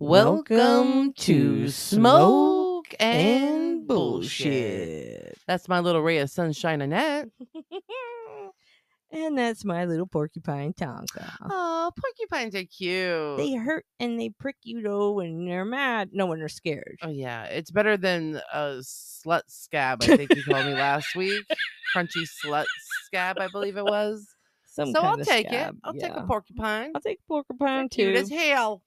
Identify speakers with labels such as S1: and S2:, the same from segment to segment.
S1: Welcome to Smoke and Bullshit. That's my little ray of sunshine, Annette.
S2: and that's my little porcupine Tonka.
S1: Oh, porcupines are cute.
S2: They hurt and they prick you though when they're mad. No, when they're scared.
S1: oh, yeah. It's better than a slut scab, I think you called me last week. Crunchy slut scab, I believe it was.
S2: Some
S1: so
S2: kind
S1: I'll
S2: of
S1: take
S2: scab,
S1: it. I'll take
S2: yeah.
S1: a porcupine.
S2: I'll take porcupine
S1: Cute
S2: too.
S1: as hell.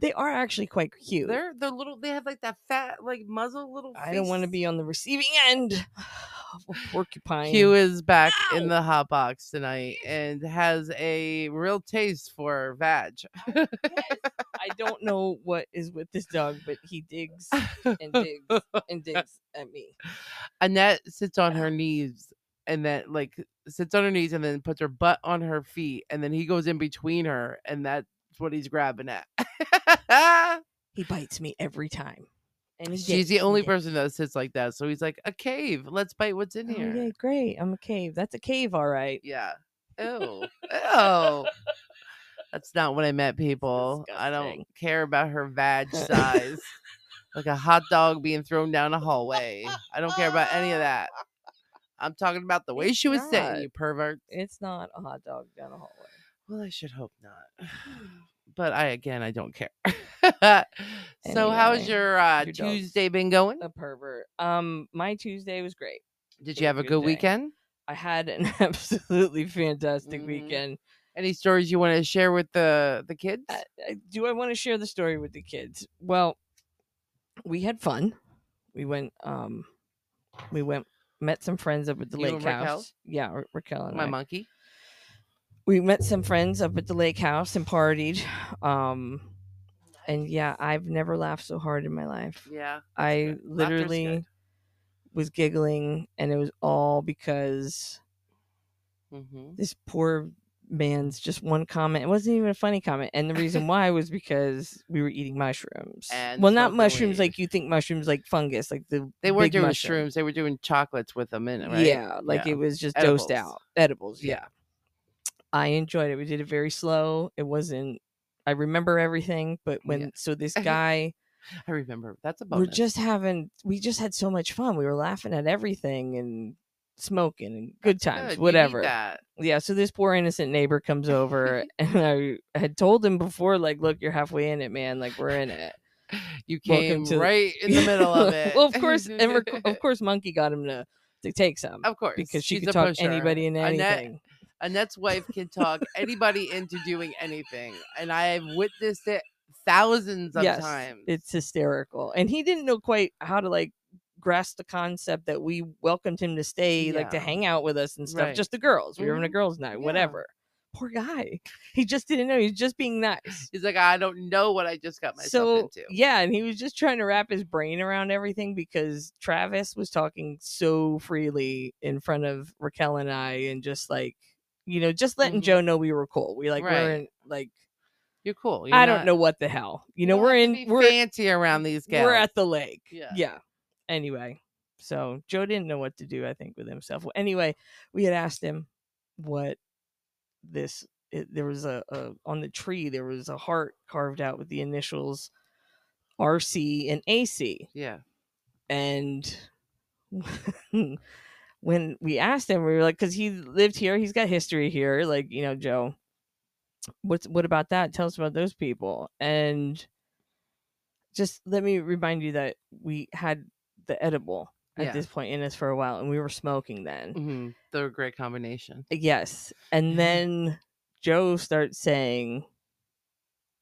S2: They are actually quite cute.
S1: They're they're little. They have like that fat like muzzle little.
S2: I don't want to
S1: face.
S2: be on the receiving end of a porcupine.
S1: Q is back
S2: Ow!
S1: in the hot box tonight and has a real taste for vag.
S2: Yes. I don't know what is with this dog, but he digs and digs and digs at me.
S1: Annette sits on her knees and then like sits on her knees and then puts her butt on her feet and then he goes in between her and that's what he's grabbing at.
S2: He bites me every time. And he
S1: She's
S2: digs
S1: the
S2: and
S1: only
S2: digs.
S1: person that sits like that, so he's like a cave. Let's bite what's in
S2: Oh, yeah,
S1: here.
S2: great. I'm a cave. That's a cave, all right.
S1: yeah. Ew. Ew. That's not what I meant, people. I don't
S2: disgusting.
S1: care about her vag size. like a hot dog being thrown down a hallway. I don't care about any of that. I'm talking about the way
S2: It's
S1: she was
S2: not.
S1: sitting, you pervert.
S2: It's not a hot dog down a hallway.
S1: Well, I should hope not. But I again I don't care. so how's
S2: Anyway,
S1: your uh
S2: your dogs.
S1: Tuesday been going?
S2: A pervert. Um, my Tuesday was great.
S1: Did
S2: it
S1: you have
S2: was
S1: a
S2: a
S1: good
S2: good day.
S1: weekend?
S2: I had an absolutely fantastic
S1: Mhm.
S2: weekend.
S1: Any stories you want to share with the the kids?
S2: Uh, uh, do I want to share the story with the kids? Well, we had fun. We went. Um, we went. Met some friends up at the
S1: You
S2: lake
S1: and
S2: house.
S1: Raquel?
S2: Yeah, Ra- Raquel and
S1: My
S2: I.
S1: monkey.
S2: We met some friends up at the lake house and partied. Um, and yeah, I've never laughed so hard in my life.
S1: Yeah.
S2: I
S1: good. Laughter is
S2: literally
S1: good.
S2: was giggling, and it was all because
S1: hmm
S2: this poor man's just one comment. It wasn't even a funny comment, and the reason why was because we were eating mushrooms.
S1: And
S2: well, not
S1: smoking
S2: mushrooms
S1: weed.
S2: like you think mushrooms, like fungus, like the
S1: They weren't
S2: big
S1: doing
S2: mushroom.
S1: shrooms. They were doing chocolates with them in it, right?
S2: Yeah, like
S1: Yeah.
S2: it was just dosed
S1: Edibles.
S2: out. Edibles,
S1: Yeah.
S2: yeah. I enjoyed it. We did it very slow. It wasn't. I remember everything, but when
S1: Yeah.
S2: so this guy.
S1: I remember. That's a
S2: we're
S1: bonus.
S2: just having we just had so much fun. We were laughing at everything and smoking and good
S1: That's
S2: times,
S1: good. You need
S2: whatever.
S1: that.
S2: Yeah, so this poor innocent neighbor comes over and I had told him before, like, look, you're halfway in it, man. Like we're in it.
S1: You
S2: Welcome
S1: came
S2: to the-
S1: right in the middle of it.
S2: well, of course, and rec- of course, Monkey got him to to take some
S1: Of course,
S2: because she
S1: she's
S2: could
S1: a
S2: talk
S1: pusher.
S2: anybody into
S1: Annette-
S2: anything.
S1: Annette's wife can talk anybody into doing anything, and I have witnessed it thousands of
S2: yes,
S1: times.
S2: it's hysterical, and he didn't know quite how to like grasp the concept that we welcomed him to stay, like to
S1: Yeah.
S2: hang out with us and stuff.
S1: Right. Mm-hmm.
S2: Just the girls. We were having a girls' night,
S1: Yeah.
S2: whatever. Poor guy. He just didn't know. He was just being nice.
S1: He's like, I don't know what I just got myself
S2: So
S1: into.
S2: yeah, and he was just trying to wrap his brain around everything because Travis was talking so freely in front of Raquel and I, and just like you know, just letting
S1: Mhm.
S2: Joe know we were cool. We like
S1: Right.
S2: we're in, like
S1: You're cool.
S2: I don't know what the hell. You know, we're in we're
S1: fancy around these guys.
S2: we're at the lake.
S1: Yeah.
S2: Anyway, so Joe didn't know what to do, I think, with himself. Well, anyway, we had asked him what this. It, there was a, a on the tree. There was a heart carved out with the initials RC and AC.
S1: yeah.
S2: And when we asked him, we were like, because he lived here, he's got history here. Like, you know, Joe, what's what about that? Tell us about those people. And just let me remind you that we had the edible at
S1: Yeah.
S2: this point in us for a while, and we were smoking then.
S1: Mhm. They're a great combination.
S2: Yes.
S1: Mm-hmm.
S2: And then Joe starts saying,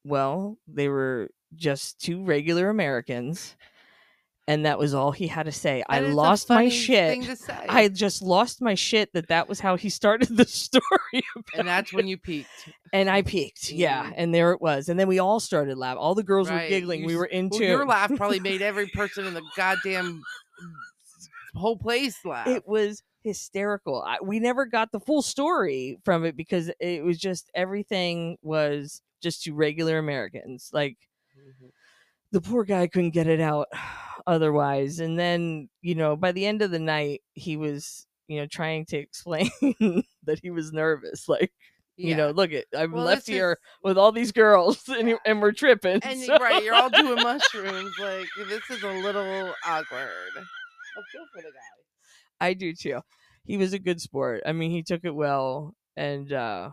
S2: well, they were just two regular Americans. And that was all he had to say. I
S1: That is a
S2: lost my
S1: funny
S2: shit.
S1: thing to say.
S2: I just lost my shit that that was how he started the story.
S1: and that's when you peaked.
S2: and I peeked. Yeah.
S1: Mhm.
S2: And there it was. And then we all started laughing. All the girls were
S1: Right,
S2: giggling.
S1: you
S2: we
S1: s-
S2: were in
S1: Well,
S2: tune.
S1: your laugh probably made every person in the goddamn whole place laugh.
S2: it was hysterical. I, we never got the full story from it because it was just everything was just to regular Americans. Like
S1: Mhm.
S2: the poor guy couldn't get it out otherwise. And then, you know, by the end of the night, he was, you know, trying to explain that he was nervous. Like, You know, look at I'm
S1: Well,
S2: left
S1: this
S2: here
S1: is-
S2: with all these girls, and, you- and we're tripping.
S1: and
S2: so-
S1: right, you're all doing mushrooms. Like this is a little awkward. I feel for the guy.
S2: I do too. He was a good sport. I mean, he took it well, and uh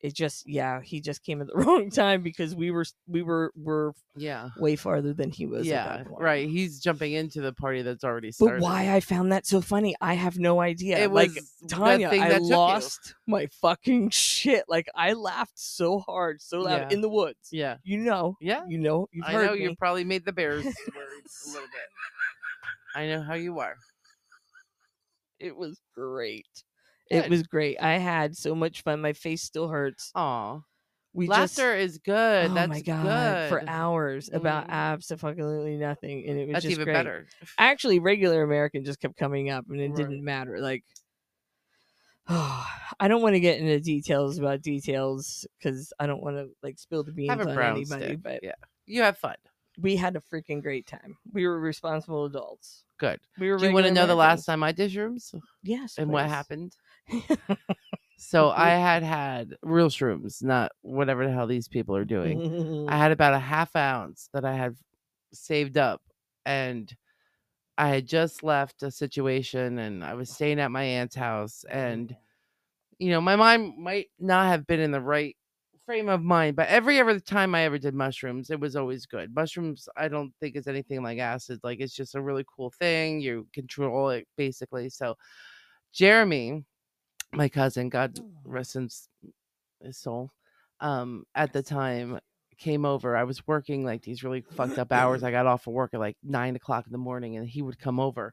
S2: it just yeah, he just came at the wrong time because we were we were were
S1: Yeah.
S2: way farther than he was. at
S1: Yeah.
S2: that point.
S1: Right. He's jumping into the party that's already
S2: But
S1: started.
S2: why I found that so funny, I have no idea.
S1: It
S2: like
S1: was the
S2: Tanya,
S1: thing
S2: I
S1: that took you.
S2: lost my fucking shit. Like I laughed so hard, so loud
S1: Yeah.
S2: in the woods.
S1: Yeah.
S2: You know,
S1: Yeah.
S2: you know, you've
S1: I
S2: heard
S1: know
S2: me.
S1: you probably made the bears worried a little bit. I know how you are.
S2: It was great. It
S1: Good.
S2: was great. I had so much fun. My face still hurts.
S1: Aw.
S2: We just-
S1: Laughter is good.
S2: oh
S1: that's
S2: my god
S1: good.
S2: for hours about
S1: Mhm.
S2: absolutely nothing, and it was
S1: that's
S2: just
S1: even
S2: great.
S1: better.
S2: Actually, regular American just kept coming up, and it
S1: Right.
S2: didn't matter. Like, I don't want to get into details about details because I don't want to like spill the beans
S1: Have a
S2: on
S1: brown
S2: anybody.
S1: stick.
S2: But
S1: Yeah. You have fun.
S2: we had a freaking great time. We were responsible adults.
S1: Good.
S2: We were.
S1: Do you want to
S2: regular
S1: know the last
S2: Americans.
S1: time I did shrooms
S2: Yes.
S1: and what
S2: please.
S1: happened? So
S2: Mhm.
S1: I had had real shrooms, not whatever the hell these people are doing. I had about a half ounce that I had saved up, and I had just left a situation, and I was staying at my aunt's house, and you know, my mind might not have been in the right frame of mind, but every other time I ever did mushrooms, it was always good. Mushrooms, I don't think is anything like acid. Like it's just a really cool thing. You control it basically. So Jeremy, my cousin, God rest in s- his soul, um, at the time came over. I was working like these really fucked up hours. I got off of work at like nine o'clock in the morning and he would come over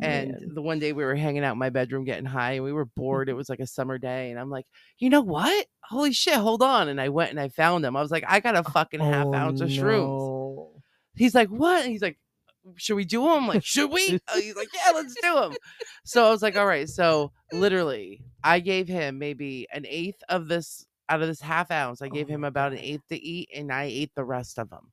S1: and
S2: Man.
S1: the one day we were hanging out in my bedroom getting high and we were bored. It was like a summer day. And I'm like, you know what? Holy shit, hold on. And I went and I found him. I was like, I got a fucking half
S2: Oh,
S1: ounce of shrooms.
S2: no.
S1: He's like, what? And he's like, should we do them? Like, should we? Uh, He's like, yeah, let's do them. So I was like, all right. So literally, I gave him maybe an eighth of this out of this half ounce. I
S2: Oh
S1: gave him
S2: my
S1: about an
S2: God.
S1: eighth to eat, and I ate the rest of them.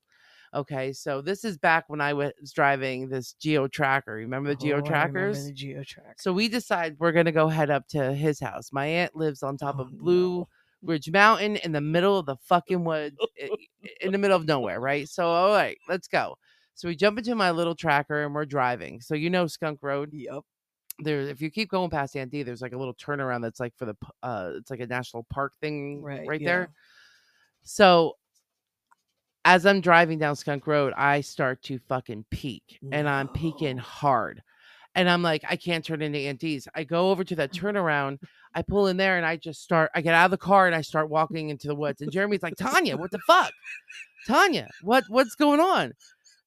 S1: Okay, so this is back when I was driving this Geo Tracker. Remember the
S2: Oh, I
S1: Geo
S2: remember
S1: Trackers?
S2: The geo tracker.
S1: So we decide we're gonna go head up to his house. My aunt lives on top
S2: Oh,
S1: of Blue
S2: no.
S1: Ridge Mountain in the middle of the fucking woods, i- i- in the middle of nowhere, right? So all right, let's go. So we jump into my little tracker and we're driving. So you know Skunk Road.
S2: Yep.
S1: There, if you keep going past Aunt Dee, there's like a little turnaround that's like for the p- uh, it's like a national park thing right,
S2: yeah.
S1: there. So as I'm driving down Skunk Road, I start to fucking peak and I'm peaking
S2: No.
S1: hard. And I'm like, I can't turn into Auntie's. I go over to that turnaround. I pull in there and I just start, I get out of the car and I start walking into the woods. And Jeremy's like, Tanya, what the fuck? Tanya, what what's going on?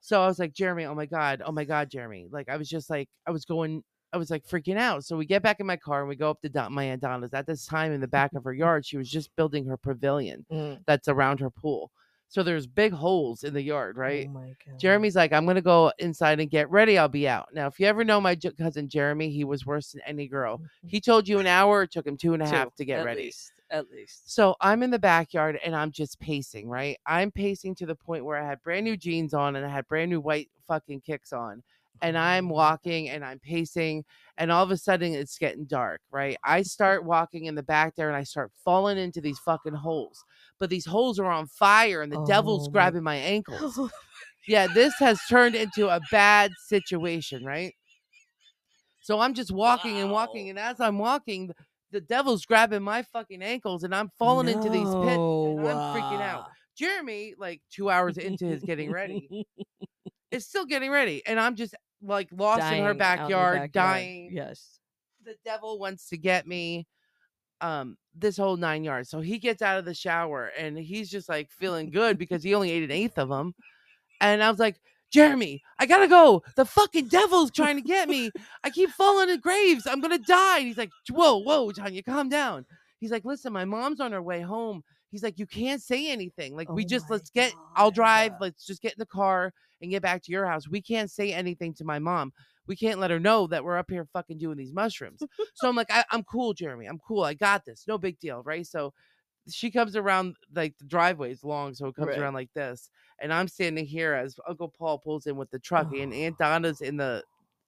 S1: So I was like, Jeremy, oh my God, oh my God, Jeremy. Like I was just like, I was going, I was like freaking out. So we get back in my car and we go up to Don, my Aunt Donna's. At this time in the back of her yard, she was just building her pavilion
S2: Mm.
S1: that's around her pool. So there's big holes in the yard, right?
S2: Oh my God.
S1: Jeremy's like, I'm gonna go inside and get ready. I'll be out. Now, if you ever know my j- cousin Jeremy, he was worse than any girl. Oh, He told you an hour, it took him two and a half
S2: Two,
S1: to get
S2: at
S1: ready.
S2: least, at least.
S1: So I'm in the backyard and I'm just pacing, right? I'm pacing to the point where I had brand new jeans on and I had brand new white fucking kicks on. And
S2: Oh.
S1: I'm walking and I'm pacing, and all of a sudden it's getting dark, right? I start walking in the back there and I start falling into these fucking holes. But these holes are on fire and the devil's
S2: Oh my-
S1: grabbing my ankles. Yeah, this has turned into a bad situation, right? So I'm just walking and walking,
S2: Wow.
S1: and as I'm walking, the devil's grabbing my fucking ankles, and I'm falling into these pits, and
S2: No,
S1: I'm freaking out.
S2: uh,
S1: Jeremy, like two hours into his getting ready, is still getting ready, and I'm just like lost
S2: Dying
S1: in
S2: out
S1: her
S2: the
S1: backyard,
S2: backyard.
S1: dying.
S2: Yes.
S1: The devil wants to get me. Um, this whole nine yards. So he gets out of the shower and he's just like feeling good because he only ate an eighth of them. And I was like, Jeremy, I gotta go. The fucking devil's trying to get me. I keep falling in graves. I'm gonna die. And he's like, Whoa, whoa, Tanya, calm down. He's like, Listen, my mom's on her way home. He's like, You can't say anything. Like, we
S2: Oh
S1: just
S2: my
S1: let's get, I'll
S2: God.
S1: drive. Let's just get in the car and get back to your house. We can't say anything to my mom. We can't let her know that we're up here fucking doing these mushrooms. so I'm like, I, I'm cool, Jeremy. I'm cool. I got this. No big deal. Right. So she comes around like the driveway's long. So it comes
S2: Right.
S1: around like this and I'm standing here as Uncle Paul pulls in with the truck, and Aunt Donna's in the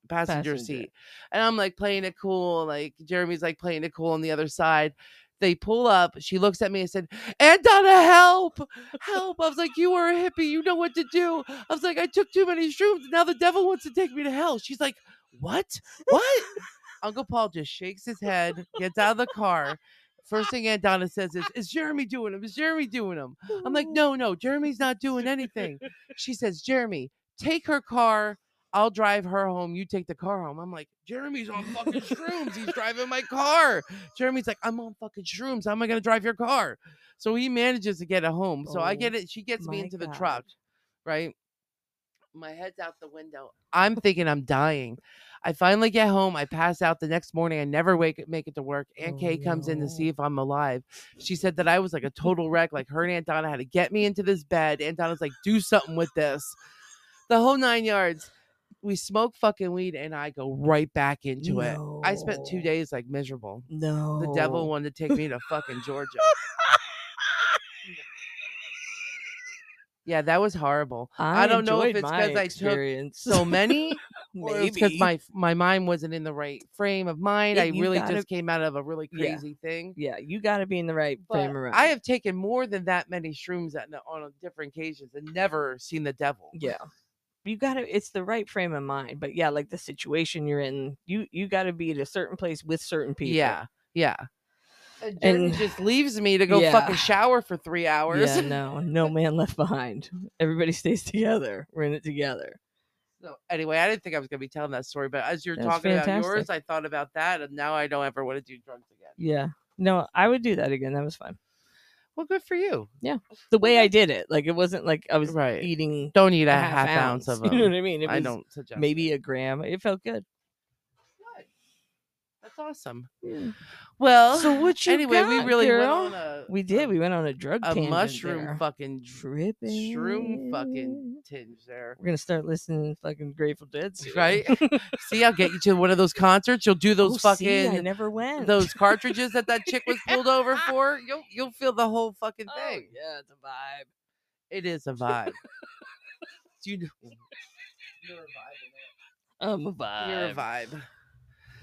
S1: passenger,
S2: Passenger.
S1: seat, and I'm like playing it cool, like Jeremy's like playing it cool on the other side. They pull up. She looks at me and said, "And Donna, help, help!" I was like, "You are a hippie. You know what to do." I was like, "I took too many shrooms. Now the devil wants to take me to hell." She's like, "What? What?" Uncle Paul just shakes his head, gets out of the car. First thing Aunt Donna says is, "Is Jeremy doing him? Is Jeremy doing him?" I'm like, "No, no, Jeremy's not doing anything." She says, "Jeremy, take her car." I'll drive her home. You take the car home. I'm like, Jeremy's on fucking shrooms. He's driving my car. Jeremy's like, I'm on fucking shrooms. How am I gonna drive your car? So he manages to get it home. So I
S2: Oh,
S1: get it. She gets me
S2: my
S1: into the
S2: God.
S1: truck, right? My head's out the window. I'm thinking I'm dying. I finally get home. I pass out the next morning. I never wake make it to work. Aunt
S2: Oh,
S1: Kay comes in to see
S2: no.
S1: if I'm alive. She said that I was like a total wreck. Like her and Aunt Donna had to get me into this bed. Aunt Donna's like, do something with this. The whole nine yards we smoke fucking weed and I go right back into it. I spent two
S2: No.
S1: days like miserable.
S2: No.
S1: The devil wanted to take me to fucking Georgia. yeah, that was horrible.
S2: I,
S1: I don't know if
S2: enjoyed
S1: it's 'cause
S2: my
S1: I took
S2: experience.
S1: So many or
S2: maybe
S1: it's because my my mind wasn't in the right frame of mind.
S2: Yeah,
S1: I
S2: you
S1: really
S2: gotta-
S1: just came out of a really
S2: Yeah.
S1: crazy thing.
S2: yeah, you got to be in the right
S1: But
S2: frame around.
S1: I have taken more than that many shrooms at, on different occasions and never seen the devil.
S2: yeah you gotta it's the right frame of mind but yeah like the situation you're in you you gotta be at a certain place with certain people
S1: Yeah, yeah. And Jordan
S2: And-
S1: just leaves me to go
S2: Uh, Yeah.
S1: fucking shower for three hours.
S2: yeah no no man left behind everybody stays together we're in it together
S1: So anyway, I didn't think I was gonna be telling that story, but as you're
S2: That's
S1: talking about yours,
S2: fantastic.
S1: I thought about that, and now I don't ever want to do drugs again.
S2: yeah no i would do that again that was fun
S1: Well, good for you.
S2: the way i did it like it wasn't like i was
S1: Right.
S2: eating
S1: Don't eat
S2: a
S1: a half, ounce, of them.
S2: you know what i mean it
S1: I
S2: was
S1: don't suggest.
S2: maybe a gram it felt good
S1: Good. That's awesome. Well,
S2: So what you
S1: anyway, we
S2: got,
S1: really
S2: girl?
S1: went on a
S2: we did we went on a drug
S1: a
S2: tangent
S1: mushroom
S2: there.
S1: fucking
S2: tripping
S1: shroom fucking tinge there.
S2: we're gonna start listening to fucking Grateful Dead, soon.
S1: Right? See, I'll get you to one of those concerts. You'll do those
S2: Oh,
S1: fucking
S2: see, I never went.
S1: those cartridges that that chick was pulled over for, you'll you'll feel the whole fucking
S2: Oh,
S1: thing.
S2: yeah, it's a vibe.
S1: It is a vibe. Do you know- you're a
S2: I'm a
S1: vibe.
S2: vibe.
S1: You're a vibe.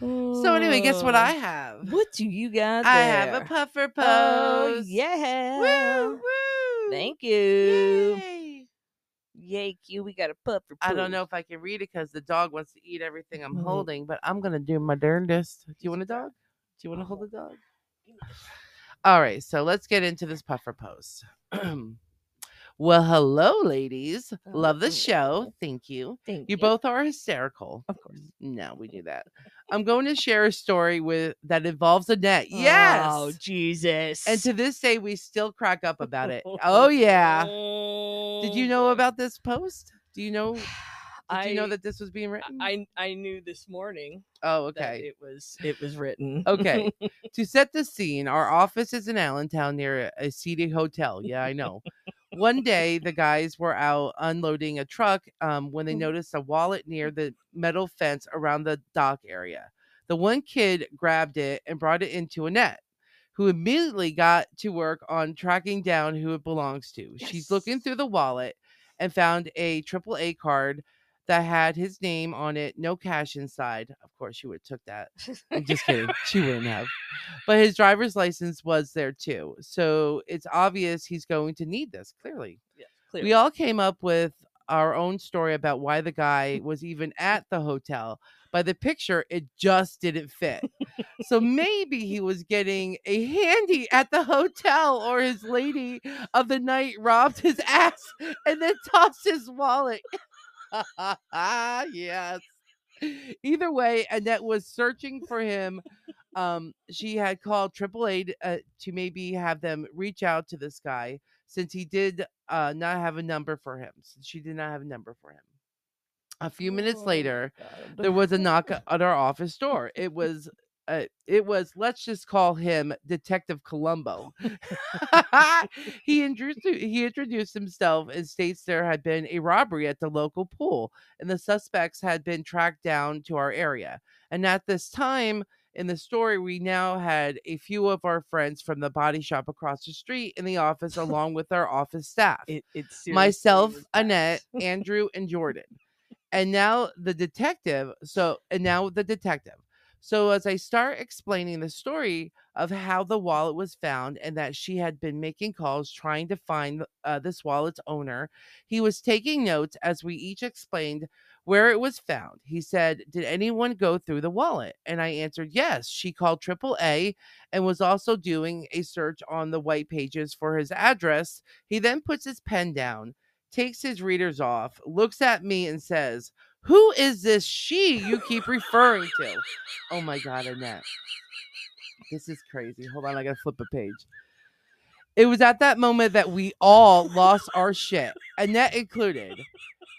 S1: So anyway, guess what I
S2: Oh.
S1: have?
S2: What do you got?
S1: I have a
S2: there?
S1: puffer pose.
S2: Oh yeah.
S1: Woo woo.
S2: Thank you.
S1: Yay.
S2: Yay, Q. We got a pup for.
S1: I don't
S2: poo.
S1: know if I can read it because the dog wants to eat everything I'm
S2: Mhm.
S1: holding, but I'm gonna do my darndest. Do you want a dog? Do you want to hold a
S2: Uh-huh.
S1: dog? All right, so let's get into this puffer post. well, hello, ladies. Love the show. Thank you.
S2: Thank
S1: You both are hysterical.
S2: Of course.
S1: No, we knew that. I'm going to share a story with that involves a net. Yes.
S2: Oh Jesus.
S1: and to this day, we still crack up about it. Oh yeah. Did you know about this post? Do you know? Did
S2: Oh. I
S1: you know that this was being written?
S2: I I knew this morning
S1: Oh,
S2: that
S1: okay. Oh,
S2: it was it was written.
S1: Okay. to set the scene, our office is in Allentown near a, a seedy hotel. Yeah, I know. One day, the guys were out unloading a truck um, when they
S2: Mhm.
S1: noticed a wallet near the metal fence around the dock area. The one kid grabbed it and brought it into Annette, who immediately got to work on tracking down who it belongs to. She's looking
S2: Yes.
S1: through the wallet and found a AAA card that had his name on it, no cash inside. Of course, she would have took that. I'm just kidding. She wouldn't have. But his driver's license was there too. So it's obvious he's going to need this, clearly.
S2: Yeah, clear.
S1: We all came up with our own story about why the guy was even at the hotel. By the picture, it just didn't fit. so maybe he was getting a handy at the hotel, or his lady of the night robbed his ass and then tossed his wallet. yes. Either way, Annette was searching for him. Um, she had called AAA to, uh, to maybe have them reach out to this guy since he did uh, not have a number for him. Since she did not have a number for him. A few minutes
S2: Oh,
S1: later,
S2: God.
S1: there was a knock at our office door. It was. Uh, it was let's just call him detective columbo he introduced he introduced himself and states there had been a robbery at the local pool and the suspects had been tracked down to our area. And at this time in the story, we now had a few of our friends from the body shop across the street in the office, along with our office staff
S2: It, it seriously
S1: myself,
S2: was bad.
S1: Annette, Andrew, and Jordan. And now the detective. So, and now the detective. So as I start explaining the story of how the wallet was found and that she had been making calls trying to find uh, this wallet's owner, he was taking notes as we each explained where it was found. He said, "Did anyone go through the wallet?" And I answered, "Yes." She called AAA and was also doing a search on the white pages for his address. He then puts his pen down, takes his readers off, looks at me and says, who is this she you keep referring to? Oh my God, Annette. This is crazy. Hold on, I gotta flip a page. It was at that moment that we all lost our shit, Annette included.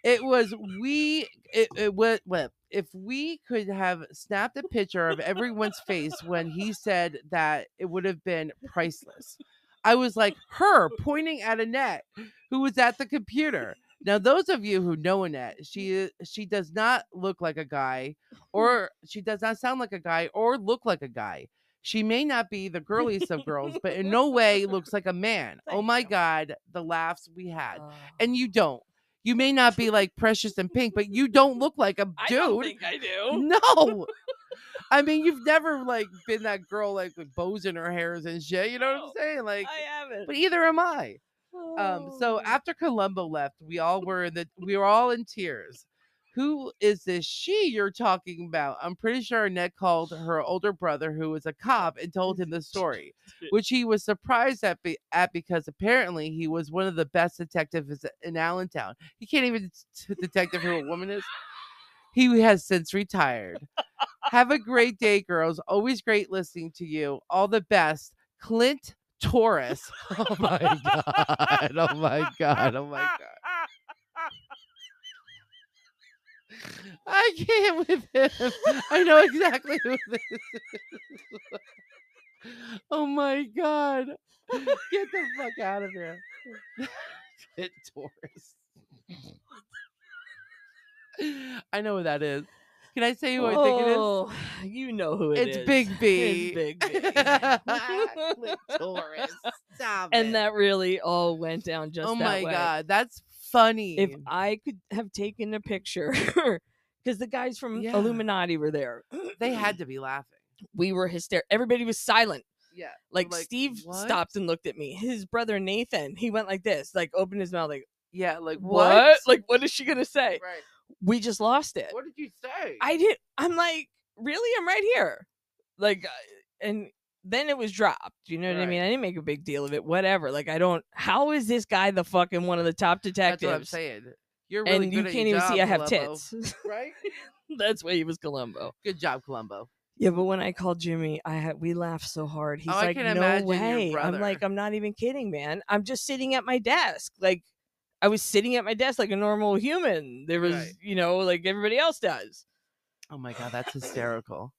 S1: It was we. It, it was what if we could have snapped a picture of everyone's face when he said that it would have been priceless. I was like her pointing at Annette, who was at the computer. Now, those of you who know Annette, she she does not look like a guy, or she does not sound like a guy, or look like a guy. She may not be the girliest of girls, but in no way looks like a man. oh
S2: Thank
S1: my
S2: you.
S1: god, the laughs we had,
S2: Oh.
S1: and you don't. You may not be like precious and pink, but you don't look like a dude.
S2: I don't think I do.
S1: no. I mean, you've never like been that girl like with bows in her hairs and shit. You know what I'm
S2: No,
S1: saying? Like,
S2: I haven't.
S1: but either am I. Um, so
S2: Oh.
S1: after Columbo left, we all were in the we were all in tears. Who is this she you're talking about? I'm pretty sure Annette called her older brother, who was a cop, and told him the story, which he was surprised at, be- at because apparently he was one of the best detectives in Allentown. You can't even t- detective who a woman is. He has since retired. Have a great day, girls. Always great listening to you. All the best. Clint Taurus. Oh my God. Oh my God. Oh my God. I can't with him. I know exactly who this is. Oh my God. Get the fuck out of here. Clint Taurus. I know who that is. Can I say who I think it is?
S2: oh, you know who it
S1: it's
S2: is.
S1: Big B.
S2: It's Big B.
S1: Taurus. Stop it.
S2: and that really all went down just
S1: oh
S2: that
S1: my
S2: way.
S1: god, that's funny.
S2: If I could have taken a picture, because the guys from
S1: Yeah.
S2: Illuminati were there,
S1: they had to be laughing.
S2: we were hysterical. Everybody was silent.
S1: Yeah. We're
S2: Like, Steve
S1: "What?"
S2: stopped and looked at me. His brother Nathan, he went like this, like opened his mouth, like
S1: Yeah, like
S2: what?
S1: what?
S2: Like what is she gonna say?
S1: right.
S2: We just lost it.
S1: What did you say?
S2: I did. I'm like, really? I'm right here. Like, I- and then it was dropped. You know what I
S1: Right.
S2: mean? I didn't make a big deal of it. Whatever. Like, I don't. How is this guy the fucking one of the top
S1: That's what I'm
S2: detectives?
S1: saying. You're really good
S2: and you
S1: at
S2: can't
S1: your
S2: even see I
S1: job,
S2: have
S1: Columbo.
S2: tits.
S1: Right?
S2: That's why he was Columbo.
S1: Good job, Columbo.
S2: Yeah, but when I called Jimmy, I had we laughed so hard. He's
S1: Oh, I
S2: like,
S1: can
S2: "No
S1: imagine your
S2: way!" I'm
S1: brother.
S2: like, "I'm not even kidding, man. I'm just sitting at my desk. Like, I was sitting at my desk like a normal human. There was,
S1: Right.
S2: you know, like everybody else does."
S1: Oh my god, that's hysterical.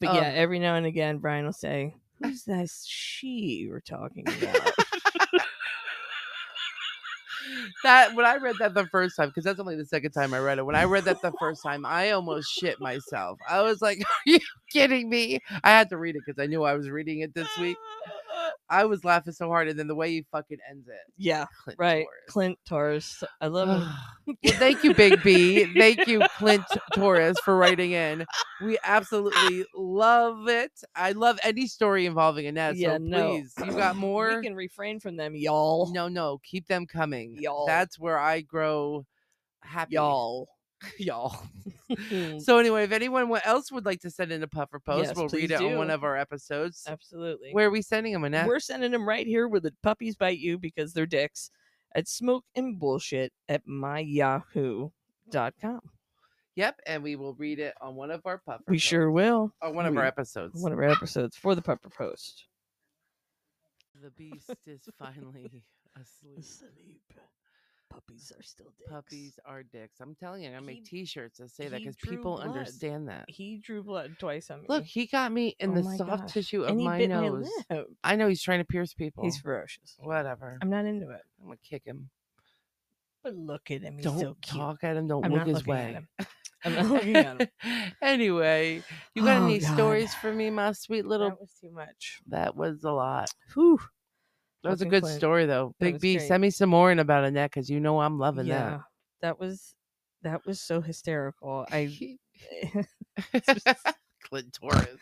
S2: But
S1: Um,
S2: yeah, every now and again, Brian will say, "Who's that she you're talking about?"
S1: that when I read that the first time, because that's only the second time I read it. When I read that the first time, I almost shit myself. I was like, "Are you kidding me?" I had to read it because I knew I was reading it this week. I was laughing so hard, and then the way you fucking ends it,
S2: yeah,
S1: Clint
S2: right.
S1: Torres.
S2: Clint Taurus. I love him.
S1: Ah. well, thank you, Big B. Thank you, Clint Torres, for writing in. We absolutely love it. I love any story involving Annette.
S2: Yeah,
S1: so
S2: no.
S1: please, you got more?
S2: We can refrain from them, y'all.
S1: No, no, keep them coming.
S2: Y'all.
S1: That's where I grow happy.
S2: Y'all.
S1: y'all. So anyway, if anyone wa- else would like to send in a puffer post,
S2: Yes,
S1: we'll read
S2: please
S1: it on one
S2: do.
S1: of our episodes.
S2: Absolutely.
S1: Where are we sending them, Annette?
S2: We're sending them right here where the puppies bite you because they're dicks at smoke and bullshit at myyahoo.com.
S1: Yep, and we will read it on one of our puffer.
S2: We sure will.
S1: on one of our
S2: we-
S1: episodes.
S2: One of our episodes for the Pupper Post.
S1: The beast is finally asleep.
S2: Sleep. Puppies are still dicks.
S1: Puppies are dicks. I'm telling you, I'm gonna make
S2: He-
S1: T-shirts that say that
S2: he
S1: because
S2: drew
S1: people
S2: blood.
S1: understand that.
S2: He drew blood twice on me.
S1: Look, he got me in
S2: Oh
S1: the
S2: my
S1: soft
S2: gosh.
S1: tissue of
S2: and he
S1: my
S2: bit
S1: nose.
S2: my lip.
S1: I know he's trying to pierce people.
S2: He's ferocious.
S1: Whatever.
S2: I'm not into it.
S1: I'm gonna kick him.
S2: But look at him. He's
S1: don't
S2: so cute.
S1: talk at him. Don't
S2: I'm
S1: look
S2: not
S1: his
S2: looking at
S1: way.
S2: him. I'm not looking at him.
S1: anyway, you got
S2: Oh,
S1: any
S2: God.
S1: stories for me, my sweet little?
S2: That was too much.
S1: That was a lot.
S2: Whew.
S1: That was a
S2: Fucking
S1: good
S2: Clint.
S1: story, though.
S2: That
S1: Big
S2: was
S1: B,
S2: great.
S1: send me some more in about Annette because you know I'm loving
S2: yeah, that was that was so hysterical. I
S1: that.
S2: just-
S1: clitoris.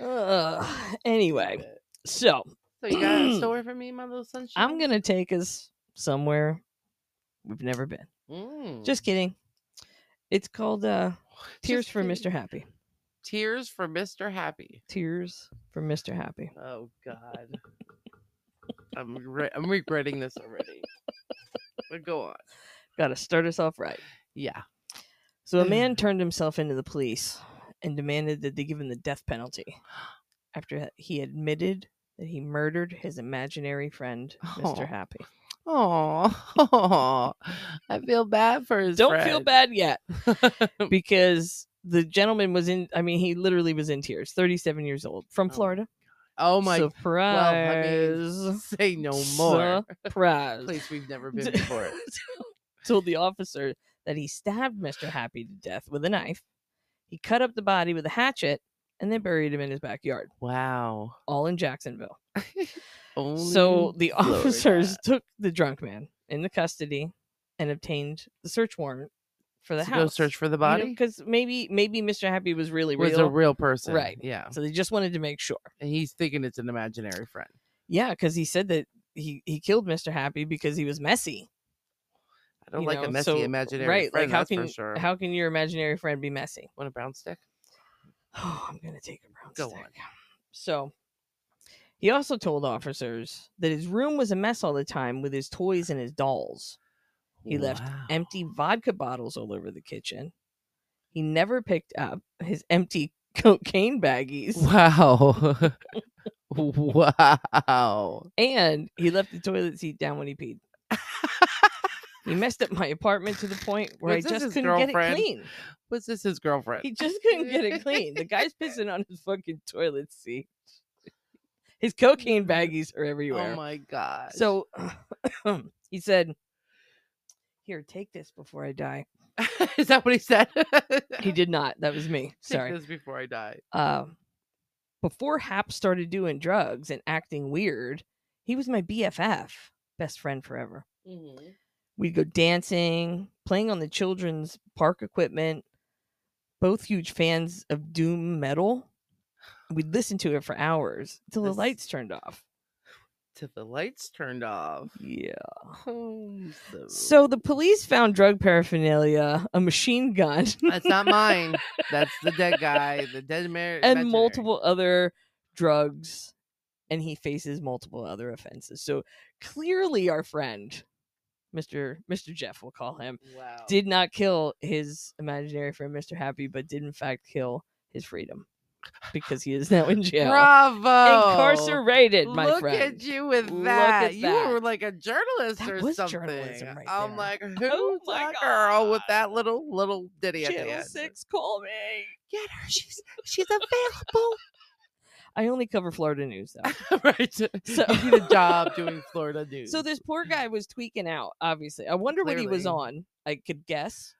S2: Ugh. Anyway, so
S1: So you got a story for me, my little sunshine?
S2: I'm gonna take us somewhere we've never been.
S1: Mm.
S2: Just kidding. It's called uh, Tears
S1: Just
S2: for
S1: kidding.
S2: Mr. Happy.
S1: Tears for Mr. Happy.
S2: Tears for Mr. Happy.
S1: Oh God. I'm re- I'm regretting this already. But go on.
S2: Got to start us off right.
S1: Yeah.
S2: So a
S1: Mm.
S2: man turned himself into the police and demanded that they give him the death penalty after ha- he admitted that he murdered his imaginary friend,
S1: Oh,
S2: Mr. Happy.
S1: Oh, I feel bad for his.
S2: Don't feel bad yet
S1: bad.
S2: because the gentleman was in I mean he literally was in tears, 37 years old from
S1: Oh,
S2: Florida.
S1: oh my. I
S2: surprise.
S1: mean, say no more.
S2: Surprise.
S1: Place we've never been before.
S2: told the officer that he stabbed Mr. Happy to death with a knife. He cut up the body with a hatchet and then buried him in his backyard,
S1: Wow.
S2: all in Jacksonville. so
S1: Only
S2: the
S1: Florida.
S2: officers took the drunk man into custody and obtained the search warrant for the
S1: to
S2: house.
S1: go search for the body.
S2: because maybe maybe Mr. Happy was really
S1: was
S2: real.
S1: a real person,
S2: Right.
S1: Yeah,
S2: so they just wanted to make sure.
S1: and he's thinking it's an imaginary friend.
S2: Yeah, because he said that he he killed Mr. Happy because he was messy.
S1: I don't
S2: you
S1: like
S2: know,
S1: a messy
S2: so-
S1: imaginary
S2: right?
S1: friend.
S2: like how
S1: that's
S2: can
S1: for sure.
S2: how can your imaginary friend be messy?
S1: want a brown stick?
S2: Oh, I'm gonna take a brown
S1: Go
S2: stick.
S1: on.
S2: So he also told officers that his room was a mess all the time with his toys and his dolls. He left
S1: Wow.
S2: Empty vodka bottles all over the kitchen. He never picked up his empty cocaine baggies.
S1: Wow. wow.
S2: And he left the toilet seat down when he peed. he messed up my apartment to the point where
S1: Was
S2: I
S1: this
S2: just
S1: his
S2: couldn't get it
S1: girlfriend?
S2: clean.
S1: Was this his girlfriend?
S2: He just couldn't get it clean. The guy's pissing on his fucking toilet seat. His cocaine baggies are everywhere.
S1: Mm. Oh my god.
S2: so he said, Here, take this before I die.
S1: is that what he said?
S2: He did not. That was me.
S1: Take
S2: Sorry.
S1: this before I die.
S2: Um, before Hap started doing drugs and acting weird, he was my BFF, best friend forever. Mm-hmm. We'd go dancing, playing on the children's park equipment. Both huge fans of doom metal. We'd listen to it for hours till the
S1: This-
S2: lights turned off.
S1: Till the lights turned off.
S2: Yeah.
S1: Oh,
S2: So the police found drug paraphernalia, a machine gun,
S1: that's not mine. That's the dead guy. The dead man.
S2: and multiple other drugs and he faces multiple other offenses so clearly our friend mr mr jeff we'll call him
S1: Wow.
S2: did not kill his imaginary friend mr happy but did in fact kill his freedom because he is now in jail
S1: Bravo.
S2: incarcerated my
S1: Look
S2: friend
S1: at you with
S2: Look
S1: that.
S2: at
S1: you
S2: that.
S1: were like a journalist
S2: That
S1: or
S2: was
S1: something.
S2: journalism right
S1: I'm
S2: there.
S1: like, who's
S2: Oh my
S1: that girl with
S2: God.
S1: that little little ditty at the
S2: Channel
S1: end?
S2: six call me
S1: Get her. She's she's available.
S2: i only cover florida news though
S1: right.
S2: So-
S1: you need a job doing Florida news.
S2: so this poor guy was tweaking out obviously i wonder what he was
S1: Clearly.
S2: on i could guess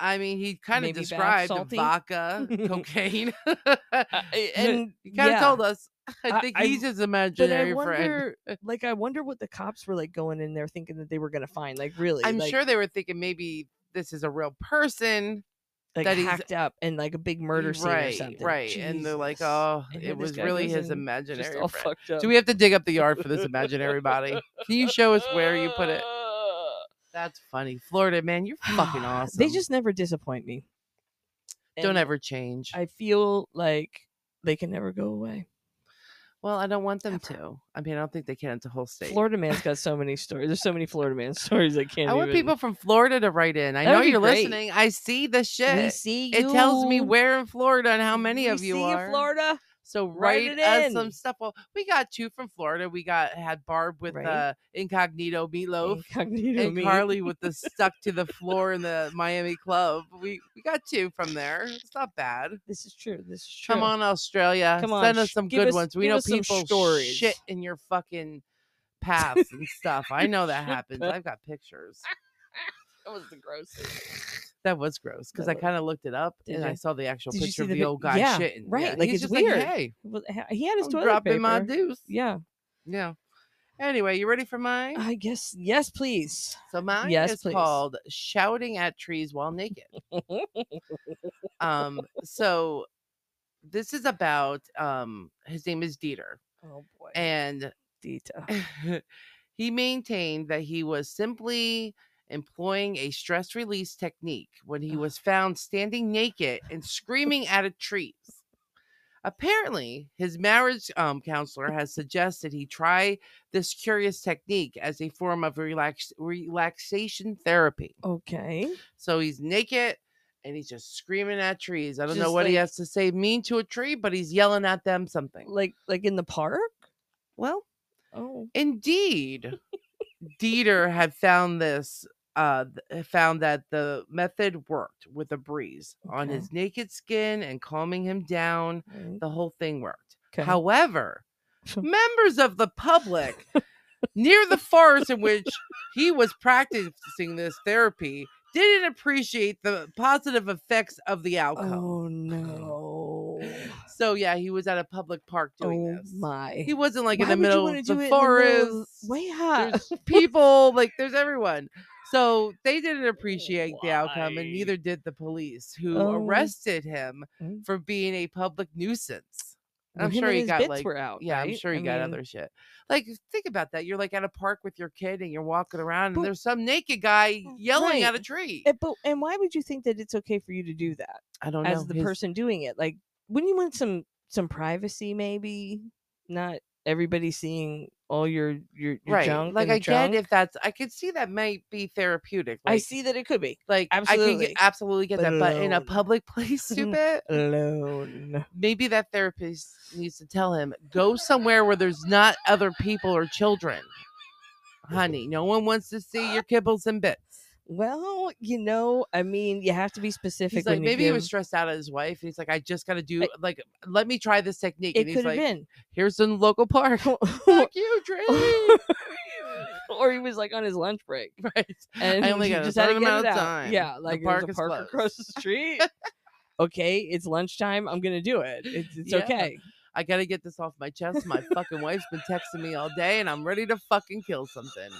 S1: I mean, he kind of
S2: Maybe bad
S1: described
S2: salty?
S1: vodka, cocaine,
S2: Uh, I-
S1: and
S2: and
S1: he kind of
S2: yeah.
S1: told us. I
S2: I-
S1: think
S2: I-
S1: he's his
S2: but I
S1: imaginary friend. uh,
S2: wonder, like, I wonder what the cops were like going in there thinking that they were gonna find. Like, really,
S1: I'm
S2: like,
S1: sure they were thinking maybe this is a real person,
S2: like
S1: that he's-
S2: hacked up and like a big murder scene
S1: right?
S2: or something.
S1: Right, and they're like,
S2: Jesus.
S1: "Oh,
S2: And here
S1: it
S2: this
S1: was
S2: guy
S1: really his
S2: goes in just
S1: imaginary
S2: all
S1: friend."
S2: fucked up.
S1: Do we have to dig up the yard for this imaginary body? Can you show us where you put it? That's funny, Florida man. You're fucking awesome.
S2: They just never disappoint me.
S1: don't
S2: And
S1: ever change.
S2: I feel like they can never go away.
S1: well, I don't want them to. I mean, I don't think they can. It's a whole state.
S2: Florida man's got so many stories. There's so many Florida man stories I can't.
S1: I want
S2: even-
S1: people from Florida to write in. I
S2: That would
S1: know
S2: be
S1: you're
S2: great.
S1: listening. I see the
S2: We
S1: shit.
S2: see
S1: It tells me
S2: you.
S1: where in Florida and how many
S2: We
S1: of you
S2: see
S1: are.
S2: Florida.
S1: So
S2: Write
S1: write,
S2: it
S1: us some
S2: in.
S1: stuff. Well, we got two from Florida. We got had Barb with
S2: Right.
S1: uh, incognito meatloaf
S2: Incognito
S1: and
S2: me.
S1: Carly with the stuck to the floor in the Miami club. We we got two from there. It's not bad.
S2: This is true. This is true.
S1: Come on, Australia.
S2: Come on,
S1: Send us
S2: sh-
S1: some
S2: give
S1: good
S2: us-
S1: ones. We
S2: give
S1: know
S2: us some
S1: people
S2: stories.
S1: shit in your fucking paths and stuff. I know that
S2: Shit
S1: happens.
S2: path.
S1: I've got pictures.
S2: That was the grossest.
S1: That was gross because
S2: That
S1: I
S2: was-
S1: kind of looked it up
S2: Did
S1: and I
S2: you?
S1: saw the actual
S2: Did you
S1: picture
S2: see
S1: of
S2: the
S1: the
S2: pic-
S1: old guy
S2: Yeah,
S1: shitting.
S2: right,
S1: Yeah,
S2: like,
S1: he's just
S2: it's weird.
S1: hey,
S2: Well, ha- he had his
S1: I'm
S2: toilet
S1: dropping
S2: paper.
S1: my deuce.
S2: Yeah,
S1: Yeah. Anyway, you ready for mine?
S2: I guess. Yes, please.
S1: So mine
S2: yes,
S1: is
S2: please.
S1: called "Shouting at Trees While Naked." Um, so this is about um his name is Dieter
S2: Oh boy.
S1: and
S2: Dita.
S1: he maintained that he was simply employing a stress release technique when he
S2: Ugh.
S1: was found standing naked and screaming at a trees. Apparently, his marriage um, counselor has suggested he try this curious technique as a form of relax- relaxation therapy.
S2: Okay.
S1: So he's naked and he's just screaming at trees. I don't know
S2: Just
S1: what he
S2: like-
S1: has to say mean to a tree, but he's yelling at them something.
S2: Like like in the park?
S1: Well,
S2: Oh.
S1: Indeed, Dieter had found this. Uh, th- found that the method worked with a breeze on
S2: Okay.
S1: his naked skin and calming him down.
S2: mm,
S1: The whole thing worked.
S2: Okay.
S1: However, members of the public near the forest in which he was practicing this therapy didn't appreciate the positive effects of the outcome.
S2: Oh no.
S1: So yeah, he was at a public park doing
S2: oh
S1: this.
S2: my.
S1: He wasn't like in
S2: Why
S1: the
S2: would you
S1: middle
S2: wanna
S1: of
S2: do
S1: the
S2: it in
S1: forest.
S2: middle of- Way up.
S1: there's people like there's everyone so they didn't appreciate the outcome and
S2: Why?
S1: neither did the police who
S2: Oh.
S1: arrested him
S2: Mm.
S1: for being a public nuisance And
S2: Well,
S1: i'm
S2: him
S1: sure
S2: and
S1: he
S2: his
S1: got
S2: bits
S1: like
S2: were out,
S1: yeah i'm
S2: right?
S1: sure he
S2: I
S1: got
S2: mean,
S1: other shit like think about that you're like at a park with your kid and you're walking around
S2: But-
S1: and there's some naked guy yelling at a
S2: right.
S1: tree
S2: eh, But and why would you think that it's okay for you to do that
S1: i don't
S2: as
S1: know
S2: the
S1: Oh, his-
S2: person doing it? Like, wouldn't you want some some privacy? Maybe not everybody seeing all your your, your
S1: right
S2: junk.
S1: like
S2: in the
S1: i get
S2: trunk.
S1: if that's i could see that might be therapeutic
S2: I
S1: like-
S2: see that it could be
S1: like i can
S2: absolutely,
S1: get, absolutely get
S2: but
S1: that but in a
S2: alone.
S1: public place stupid
S2: alone.
S1: maybe that therapist needs to tell him go somewhere where there's not other people or children honey no one wants to see your kibbles and bits
S2: Well, you know, I mean, you have to be specific.
S1: he's like
S2: when you
S1: maybe he was
S2: give-
S1: stressed out at his wife and he's like i just gotta do
S2: I-
S1: like let me try this technique
S2: It
S1: and he's
S2: could have
S1: like
S2: been,
S1: here's the local park fuck you
S2: oh,
S1: Drake.
S2: or he was like on his lunch break,
S1: right
S2: and
S1: i only
S2: he
S1: got
S2: just
S1: a
S2: had to
S1: certain
S2: get
S1: amount
S2: it
S1: of
S2: out.
S1: time
S2: Yeah,
S1: The
S2: like there's a park
S1: closed.
S2: across the street. okay, it's lunchtime. I'm gonna do it. It's, it's
S1: Yeah.
S2: okay.
S1: i gotta get this off my chest my fucking wife's been texting me all day and i'm ready to fucking kill something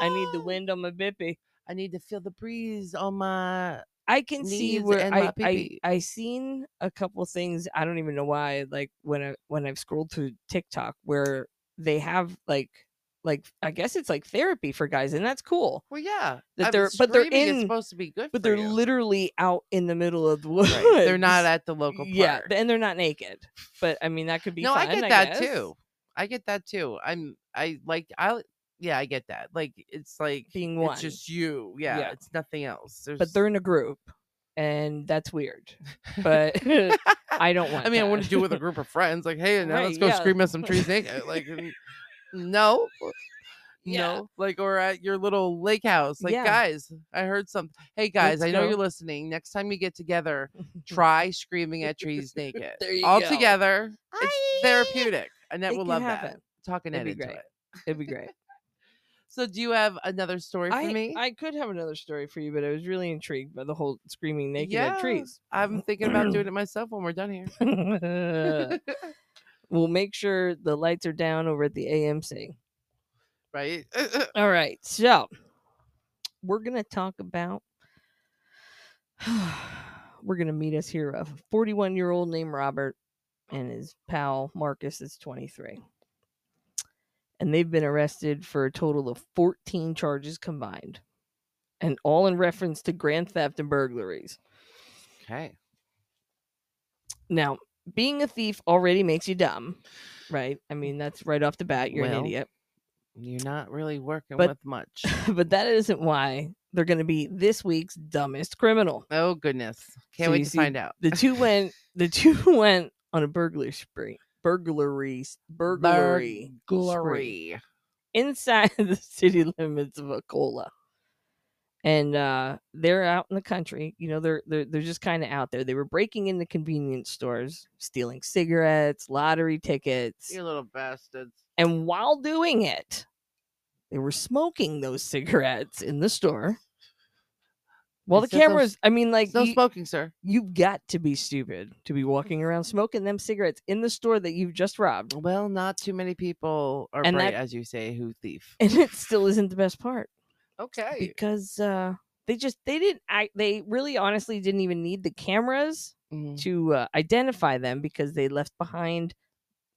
S2: I need the
S1: Ah.
S2: wind on my bippy.
S1: I need to feel the breeze on my.
S2: I can see
S1: Knees
S2: where
S1: and
S2: I,
S1: my
S2: I
S1: pee-pee.
S2: I seen a couple things. I don't even know why. Like when I when I've scrolled through TikTok where they have like like I guess it's like therapy for guys, and that's cool.
S1: Well, yeah,
S2: That
S1: I mean,
S2: they're- but they're
S1: screaming is
S2: in-
S1: supposed to be good, for
S2: But they're
S1: you.
S2: literally out in the middle of the woods.
S1: Right, They're not at the local park.
S2: yeah, and they're not naked. But I mean, that could be.
S1: no, I
S2: fun,
S1: get that
S2: guess.
S1: too. I get that too. I'm. I like. I. Yeah, I get that. Like, it's like
S2: Being one,
S1: it's just you. Yeah,
S2: Yeah.
S1: it's nothing else. There's,
S2: but they're in a group, and that's weird. But I don't want.
S1: I mean, I
S2: that.
S1: wouldn't do it with a group of friends. Like, hey, now let's
S2: Right,
S1: go
S2: yeah.
S1: scream at some trees naked. Like, n- no. uh,
S2: Yeah.
S1: No, like or at your little lake house. Like,
S2: Yeah.
S1: guys, I heard something. Hey, guys,
S2: Let's
S1: I know
S2: go.
S1: you're listening. Next time you get together, try screaming at trees naked.
S2: There you
S1: All
S2: go.
S1: together,
S2: Aye.
S1: it's therapeutic. Annette
S2: It
S1: will
S2: can
S1: love that.
S2: happen.
S1: Talking
S2: It'd
S1: Annette
S2: be
S1: into
S2: great.
S1: it.
S2: It'd be great.
S1: So, do you have another story for
S2: I,
S1: me?
S2: I could have another story for you, but I was really intrigued by the whole screaming naked
S1: Yeah.
S2: at trees.
S1: I'm thinking about doing it myself when we're done here.
S2: Uh. we'll make sure the lights are down over at the AMC.
S1: right?
S2: All right. So we're going to talk about. we're going to meet us here a 41 year old named Robert and his pal Marcus is 23. And they've been arrested for a total of 14 charges combined, and all in reference to grand theft and burglaries.
S1: okay.
S2: Now, being a thief already makes you dumb, right? I mean, that's right off the bat. You're
S1: Well.
S2: an idiot.
S1: You're not really working
S2: But-
S1: with much.
S2: but that isn't why they're going to be this week's dumbest criminal.
S1: Oh goodness. Can't
S2: So
S1: wait
S2: you
S1: to
S2: see,
S1: find out.
S2: The two went. The two went on a burglary spree. Burglary. s- Burglary.
S1: Burglary.
S2: Inside the city limits of Acola. And uh, they're out in the country. You know, they're they're they're just kind of out there. They were breaking into convenience stores, stealing cigarettes, lottery tickets.
S1: You little bastards.
S2: And while doing it, they were smoking those cigarettes in the store. Well, the
S1: It says no
S2: cameras, I mean, like,
S1: no
S2: you,
S1: smoking, sir.
S2: you've got to be stupid to be walking around
S1: Mm-hmm.
S2: smoking them cigarettes in the store that you've just robbed.
S1: Well, not too many people are
S2: And
S1: bright,
S2: that-
S1: as you say, who thief.
S2: And it still isn't the best part
S1: Okay.
S2: because uh, they just, they didn't, I, they really honestly didn't even need the cameras
S1: Mhm.
S2: to uh, identify them because they left behind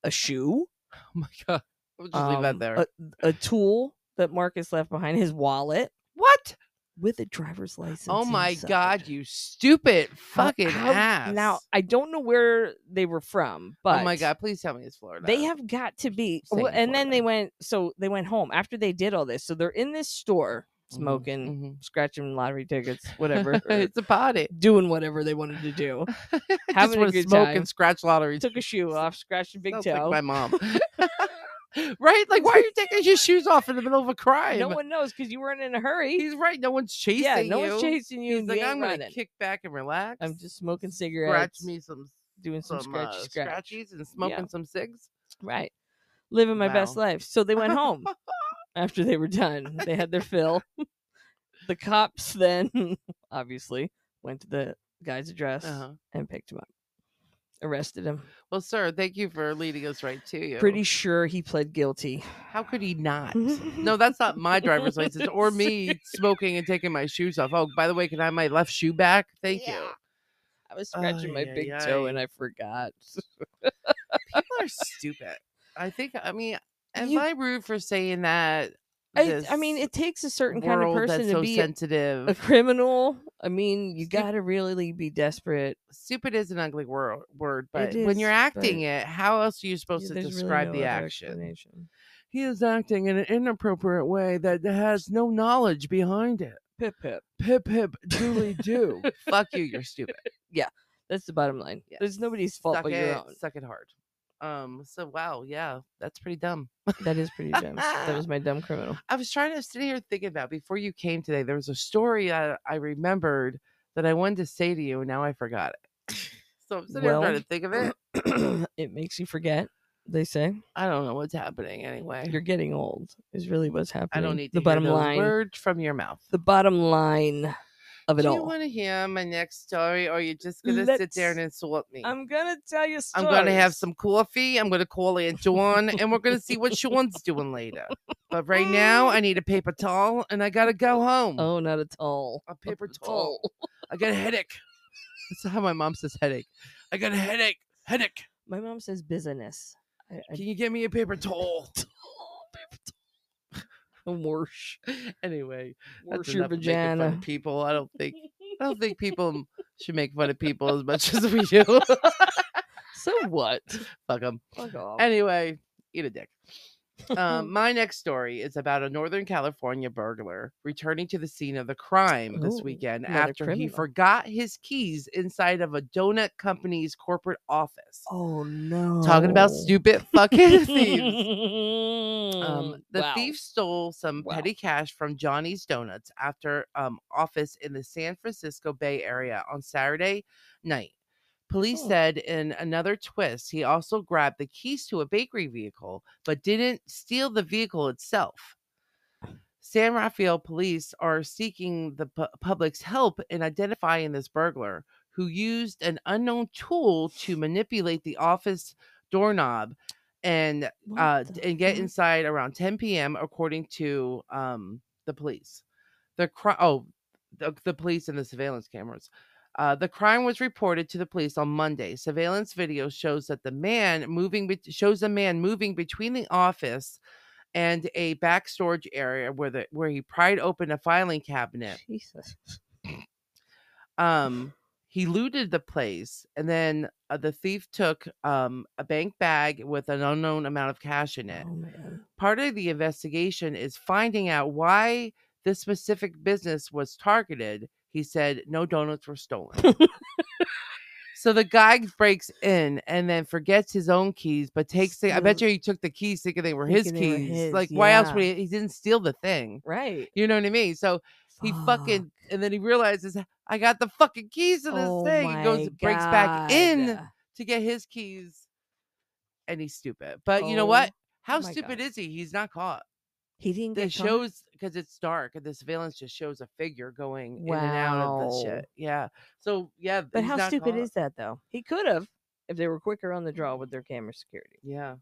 S2: a shoe,
S1: Oh my god. We'll just leave that
S2: um,
S1: there.
S2: A, a tool that Marcus left behind, his wallet
S1: what?
S2: with a driver's license.
S1: Oh my
S2: inside.
S1: god, you stupid
S2: How-
S1: fucking
S2: how-
S1: ass.
S2: Now I don't know where they were from, but
S1: Oh my god, please tell me it's Florida.
S2: they have got to be.
S1: Staying
S2: Well,
S1: in
S2: and then they
S1: Florida.
S2: went. So they went home after they did all this. So they're in this store
S1: Mhm,
S2: smoking,
S1: mhm.
S2: scratching lottery tickets, whatever, or
S1: it's a party.
S2: doing whatever they wanted to do.
S1: Just
S2: Having a
S1: want to
S2: good
S1: smoke
S2: time.
S1: and scratch lottery.
S2: Took a shoe off, scratched a big
S1: Sounds like
S2: toe.
S1: my mom. right? Like why are you taking your shoes off in the middle of a crime?
S2: no one knows because you weren't in a hurry.
S1: He's right. No one's chasing
S2: yeah, no
S1: you.
S2: one's chasing you.
S1: He's
S2: and
S1: like,
S2: you ain't
S1: I'm gonna
S2: running.
S1: kick back and relax.
S2: I'm just smoking
S1: scratch
S2: cigarettes,
S1: me some
S2: doing some,
S1: some,
S2: scratchy,
S1: uh,
S2: scratch.
S1: scratchies and smoking some cigs.
S2: Right. Living my best
S1: Wow.
S2: life. So they went home after they were done. They had their fill. the cops then obviously went to the guy's address
S1: Uh-huh.
S2: and picked him up. Arrested him.
S1: Well, sir, thank you for leading us right to you.
S2: Pretty sure he pled guilty.
S1: How could he not? no, that's not my driver's license or me smoking and taking my shoes off. Oh, by the way, can I have my left shoe back? Thank you.
S2: Yeah. I was scratching my
S1: Ay,
S2: big
S1: ay,
S2: toe
S1: ay.
S2: and I forgot.
S1: People are stupid. I think. I mean, am
S2: You-
S1: I rude for saying that?
S2: I, I mean,
S1: This
S2: it takes a certain kind of
S1: world
S2: person
S1: that's
S2: to
S1: so
S2: be a,
S1: sensitive.
S2: a criminal. I mean, you
S1: Stup-
S2: got to really be desperate.
S1: Stupid is an ugly word, word but
S2: It
S1: when you're
S2: is,
S1: acting
S2: but-
S1: it, how else are you supposed to
S2: There's really
S1: describe
S2: no
S1: the
S2: other
S1: action?
S2: explanation.
S1: He is acting in an inappropriate way that has no knowledge behind it.
S2: Pip pip.
S1: Pip hip dooley do. Fuck you, you're stupid.
S2: That's the bottom line.
S1: Yeah.
S2: There's nobody's fault
S1: suck
S2: but
S1: it,
S2: your own.
S1: Suck it hard. Um, so wow, yeah, that's pretty dumb.
S2: That is pretty dumb. that was my dumb criminal.
S1: I was trying to sit here thinking about before you came today, there was a story I, I remembered that I wanted to say to you, and now I forgot it. So I'm sitting here
S2: Well,
S1: trying to think of it.
S2: it makes you forget. They say
S1: I don't know what's happening anyway.
S2: you're getting old. Is really what's
S1: I
S2: happening.
S1: don't need to
S2: the
S1: hear
S2: bottom
S1: those
S2: line.
S1: words from your mouth.
S2: The bottom line of it
S1: Do you
S2: all.
S1: want to hear my next story, or you're just gonna sit there and insult me?
S2: I'm gonna tell you.
S1: I'm
S2: Stories.
S1: gonna have some coffee. I'm gonna call Aunt Dawn, and we're gonna see what Sean's doing later. But right now, I need a paper towel, and I gotta go home.
S2: Oh, not at all.
S1: a paper
S2: Not at
S1: towel.
S2: all.
S1: I got a headache. That's how my mom says headache. I got a headache. Headache.
S2: My mom says business. I, I
S1: Can you get me a paper towel?
S2: Worsh.
S1: anyway, that's
S2: Worsh your
S1: enough of making fun of
S2: vagina.
S1: people. I don't think I don't think people should make fun of people as much as we do.
S2: So what?
S1: Fuck them.
S2: Fuck off.
S1: Anyway, eat a dick. Um, my next story is about a Northern California burglar returning to the scene of the crime this
S2: Ooh,
S1: weekend
S2: another
S1: after he
S2: criminal.
S1: forgot his keys inside of a donut company's corporate office.
S2: oh no.
S1: Talking about stupid fucking thieves. Um,
S2: um,
S1: the thief stole some
S2: Wow.
S1: petty cash from Johnny's Donuts after um, office in the San Francisco Bay Area on Saturday night. Police
S2: Hmm.
S1: said in another twist, he also grabbed the keys to a bakery vehicle, but didn't steal the vehicle itself. San Rafael police are seeking the pu- public's help in identifying this burglar who used an unknown tool to manipulate the office doorknob and uh, d- and get inside around 10 p.m. according to um, the police. The crime, oh, the, the police and the surveillance cameras. Uh, the crime was reported to the police on Monday. Surveillance video shows that the man moving bet- shows a man moving between the office and a back storage area where the where he pried open a filing cabinet
S2: Jesus.
S1: um he looted the place and then uh, the thief took um a bank bag with an unknown amount of cash in it
S2: Oh man.
S1: part of the investigation is finding out why this specific business was targeted he said no donuts were stolen so the guy breaks in and then forgets his own keys but takes the i bet
S2: Steals-
S1: you he took the keys thinking they were his
S2: Thinking they were
S1: keys
S2: his,
S1: like why else
S2: yeah.
S1: would he he didn't steal the thing
S2: Right.
S1: you know what i mean so he fucking and then he realizes I got the fucking keys to
S2: Fuck.
S1: this thing. He goes
S2: Oh my
S1: and breaks back in
S2: God.
S1: to get his keys. And he's stupid. But you know
S2: Oh
S1: what? How
S2: my
S1: stupid
S2: God.
S1: is he? He's not caught.
S2: He didn't
S1: The
S2: get caught?
S1: shows because it's dark and the surveillance just shows a figure going in and out of the
S2: Wow.
S1: shit. Yeah. So yeah,
S2: But
S1: he's
S2: how
S1: not
S2: stupid
S1: caught.
S2: is that though? He could have if they were quicker on the draw with their camera security.
S1: Yeah.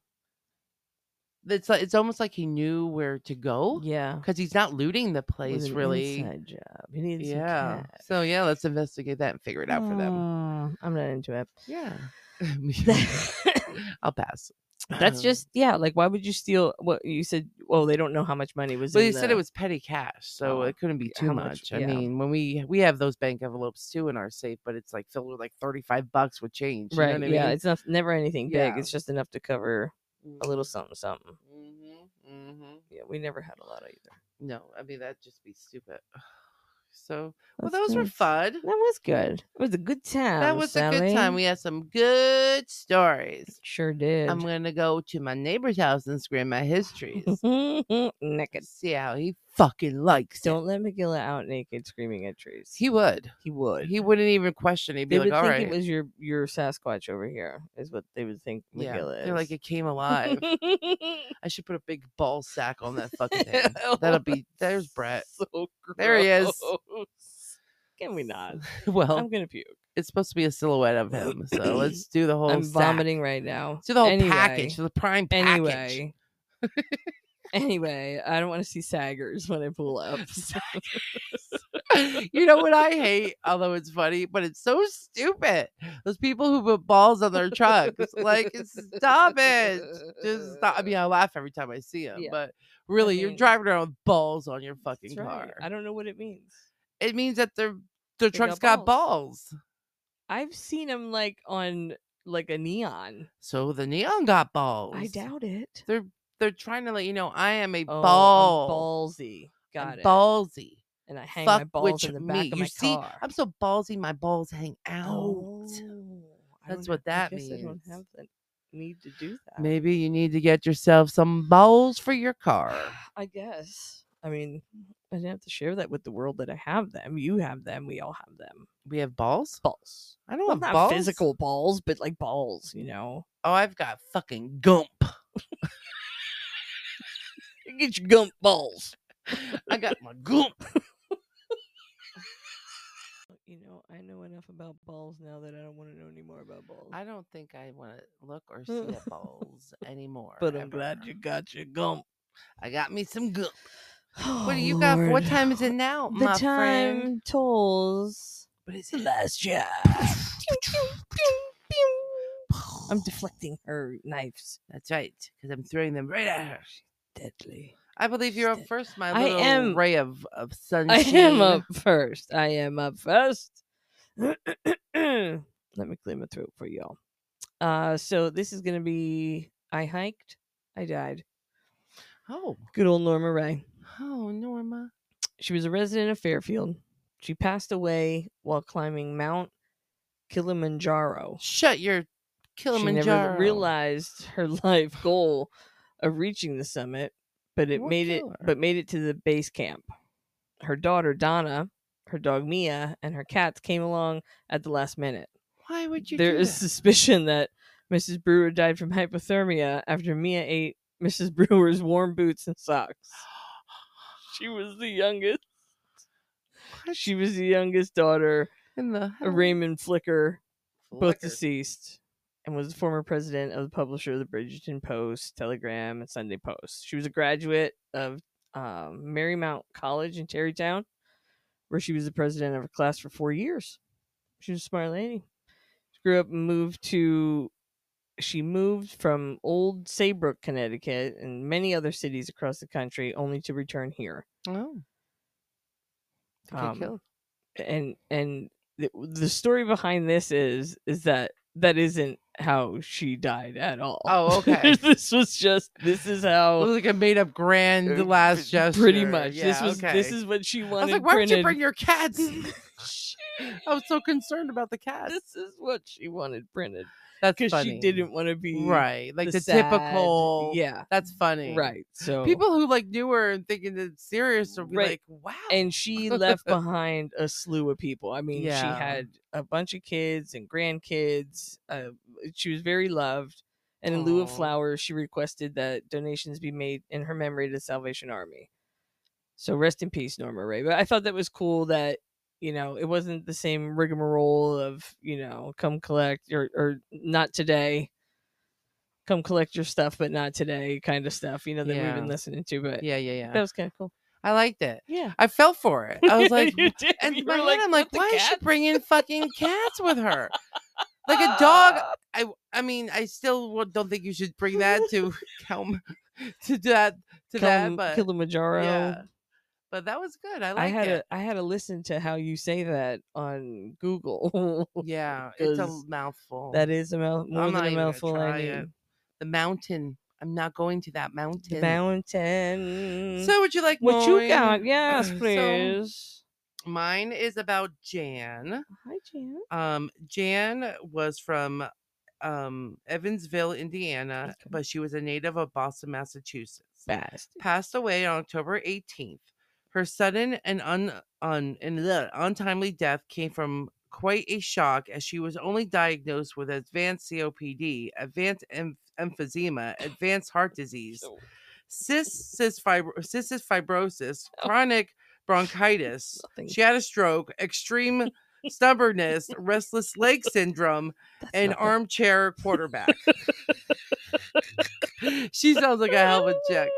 S1: It's like, it's almost like he knew where to go
S2: Yeah.
S1: because he's not looting the
S2: It was
S1: place
S2: an
S1: really.
S2: inside job. He needed some
S1: Yeah.
S2: cash.
S1: So yeah, let's investigate that and figure it out for them.
S2: Mm, I'm not into it.
S1: Yeah. Me
S2: That-
S1: either. I'll pass. Um,
S2: That's just yeah. Like, why would you steal? What you said? Well, they don't know how much money was.
S1: Well,
S2: in
S1: you said
S2: the-
S1: it was petty cash, so
S2: Oh,
S1: it couldn't be
S2: how
S1: too much.
S2: much- yeah.
S1: I mean, when we we have those bank envelopes too in our safe, but it's like filled with like thirty five bucks with change. You
S2: right.
S1: know what I
S2: yeah,
S1: mean?
S2: it's not never anything
S1: Yeah.
S2: big. It's just enough to cover a little something, something.
S1: Mm-hmm, mm-hmm.
S2: Yeah, we never had a lot either.
S1: No, I mean that'd just be stupid. So, well,
S2: That's
S1: those were
S2: nice.
S1: fun.
S2: That was good. It was a good time.
S1: that was a good time.
S2: Sally.
S1: We had some good stories.
S2: sure did.
S1: I'm gonna go to my neighbor's house and scream at his trees.
S2: naked.
S1: See how he fucking likes it.
S2: Don't let Megilla out naked screaming at trees.
S1: He would.
S2: he would.
S1: He wouldn't even question. He'd be
S2: they
S1: like,
S2: would
S1: "All
S2: think
S1: right."
S2: it was your your Sasquatch over here is what they would think
S1: yeah,
S2: Megilla is.
S1: they're like it came alive. I should put a big ball sack on that fucking thing. That'll be there's Brett.
S2: So
S1: There he is.
S2: gross. Can we not?
S1: Well,
S2: I'm gonna puke.
S1: it's supposed to be a silhouette of him, so let's do the whole.
S2: I'm
S1: sack.
S2: vomiting right now.
S1: Do the whole
S2: Anyway.
S1: package, the prime package.
S2: Anyway. anyway, I don't want to see saggers when I pull up.
S1: you know what I hate, although it's funny, but it's so stupid. Those people who put balls on their trucks, like, stop it. Just stop. I mean, I laugh every time I see them,
S2: Yeah.
S1: but really, you're
S2: mean-
S1: driving around with balls on your fucking
S2: That's right.
S1: car.
S2: I don't know what it means.
S1: It means that their their
S2: They
S1: truck's
S2: got
S1: got balls.
S2: I've seen them like on like a neon.
S1: So the neon got balls.
S2: I doubt it.
S1: they're they're trying to let you know I am a
S2: Oh, I'm
S1: ball.
S2: ballsy.
S1: I'm
S2: Got it.
S1: Ballsy.
S2: and I hang
S1: Fuck
S2: my balls in
S1: with
S2: the back
S1: me.
S2: of
S1: you
S2: my
S1: see,
S2: car.
S1: I'm so ballsy. My balls hang out.
S2: Oh, I
S1: That's
S2: don't
S1: what
S2: have-
S1: that
S2: I guess I don't
S1: means.
S2: have the need to do that.
S1: Maybe you need to get yourself some balls for your car.
S2: I guess. I mean, I didn't have to share that with the world that I have them. You have them. We all have them.
S1: We have balls.
S2: Balls.
S1: I don't
S2: Well,
S1: have
S2: not
S1: balls.
S2: physical balls, but like balls, you know.
S1: Oh, I've got fucking gump.
S2: You get your gump balls.
S1: I got my gump.
S2: You know, I know enough about balls now that I don't want to know any more about balls.
S1: I don't think I want to look or see at balls anymore.
S2: but I'm glad
S1: ever.
S2: you got your gump.
S1: I got me some gump.
S2: Oh,
S1: What do you got? for- What
S2: Lord.
S1: time is it now,
S2: The
S1: my
S2: time
S1: friend?
S2: tolls.
S1: What is
S2: The
S1: it?
S2: last job. I'm deflecting her knives.
S1: That's right, because I'm throwing them right at her.
S2: Deadly.
S1: I believe you're up
S2: Stick.
S1: first, my
S2: I
S1: little
S2: am-
S1: ray of, of sunshine.
S2: I am up first. I am up first. Let me clear my throat for y'all. Uh, so this is gonna be I hiked, I died.
S1: Oh,
S2: Good old Norma Ray.
S1: oh, Norma.
S2: She was a resident of Fairfield. She passed away while climbing Mount Kilimanjaro.
S1: Shut your Kilimanjaro.
S2: She never realized her life goal of reaching the summit, but it
S1: What
S2: made
S1: killer?
S2: it but made it to the base camp. Her daughter Donna, her dog Mia, and her cats came along at the last minute.
S1: Why would you?
S2: There
S1: do
S2: is
S1: that?
S2: suspicion that Mrs. Brewer died from hypothermia after Mia ate Mrs. Brewer's warm boots and socks. She was the youngest.
S1: What
S2: She was the youngest daughter
S1: in the hell?
S2: of Raymond Flicker, both
S1: Flicker.
S2: deceased, and was the former president of the publisher of the Bridgeton Post, Telegram, and Sunday Post. She was a graduate of um, Marymount College in Tarrytown, where she was the president of her class for four years. She was a smart lady. She grew up and moved to. She moved from Old Saybrook, Connecticut, and many other cities across the country, only to return here
S1: Oh. To get
S2: Um,
S1: killed.
S2: and and the, the story behind this is is that that isn't how she died at all.
S1: Oh, okay.
S2: this was just this is
S1: It was
S2: how
S1: like a made up grand last gesture.
S2: oh, uh, pretty much. this
S1: Yeah,
S2: was
S1: okay.
S2: this is what she
S1: I was
S2: wanted
S1: like, why would
S2: printed.
S1: you bring your cats? I was so concerned about the cats.
S2: this is what she wanted printed
S1: That's
S2: because
S1: funny.
S2: she didn't want to be
S1: Right, like the,
S2: sad-
S1: typical.
S2: Yeah,
S1: that's funny.
S2: right. So
S1: People who like knew her and thinking it's serious would be
S2: Right.
S1: like, "Wow."
S2: and she left behind a slew of people. I mean, she
S1: Yeah.
S2: had a bunch of kids and grandkids. Uh, she was very loved. And in lieu of
S1: Aw.
S2: flowers, she requested that donations be made in her memory to the Salvation Army. So rest in peace, Norma Ray. But I thought that was cool that, you know, it wasn't the same rigmarole of, you know, come collect or, or not today. come collect your stuff, but not today kind of stuff, you know, that we've
S1: Yeah.
S2: been listening to. But
S1: Yeah, yeah, yeah.
S2: Eh, that was kind of cool.
S1: I liked it.
S2: Yeah.
S1: I fell for it. I was like,
S2: You did.
S1: and
S2: You
S1: in my
S2: were
S1: head, I'm
S2: "What,
S1: like,
S2: the
S1: why is she
S2: cat?"
S1: bringing fucking cats with her? Like a dog.
S2: Ah.
S1: I, I mean, I still w- don't think you should bring that to Kelm, to that, to
S2: Kilim-
S1: that, but
S2: Kilimanjaro.
S1: yeah. But that was good. I like
S2: I had
S1: it.
S2: a I had to listen to how you say that on Google.
S1: yeah, it's a
S2: because
S1: mouthful.
S2: that is a mouth more
S1: I'm not
S2: than a
S1: even gonna
S2: mouthful.
S1: try
S2: I
S1: it.
S2: need.
S1: the mountain. I'm not going to that mountain.
S2: The mountain.
S1: so would you like
S2: what you
S1: mine?
S2: got? Yes,
S1: So,
S2: please.
S1: mine is about Jan.
S2: Hi, Jan.
S1: Um, Jan was from um, Evansville, Indiana,
S2: Okay.
S1: but she was a native of Boston, Massachusetts.
S2: Fast.
S1: Passed away on October 18th. Her sudden and un, un and bleh, untimely death came from quite a shock as she was only diagnosed with advanced COPD, advanced em- emphysema, advanced heart disease,
S2: So-
S1: cyst, cyst, fibro- cystic fibrosis,
S2: Oh.
S1: chronic bronchitis.
S2: Nothing.
S1: She had a stroke, extreme stubbornness, restless leg syndrome,
S2: That's
S1: and
S2: nothing.
S1: armchair quarterback. she sounds like a hell of a chick.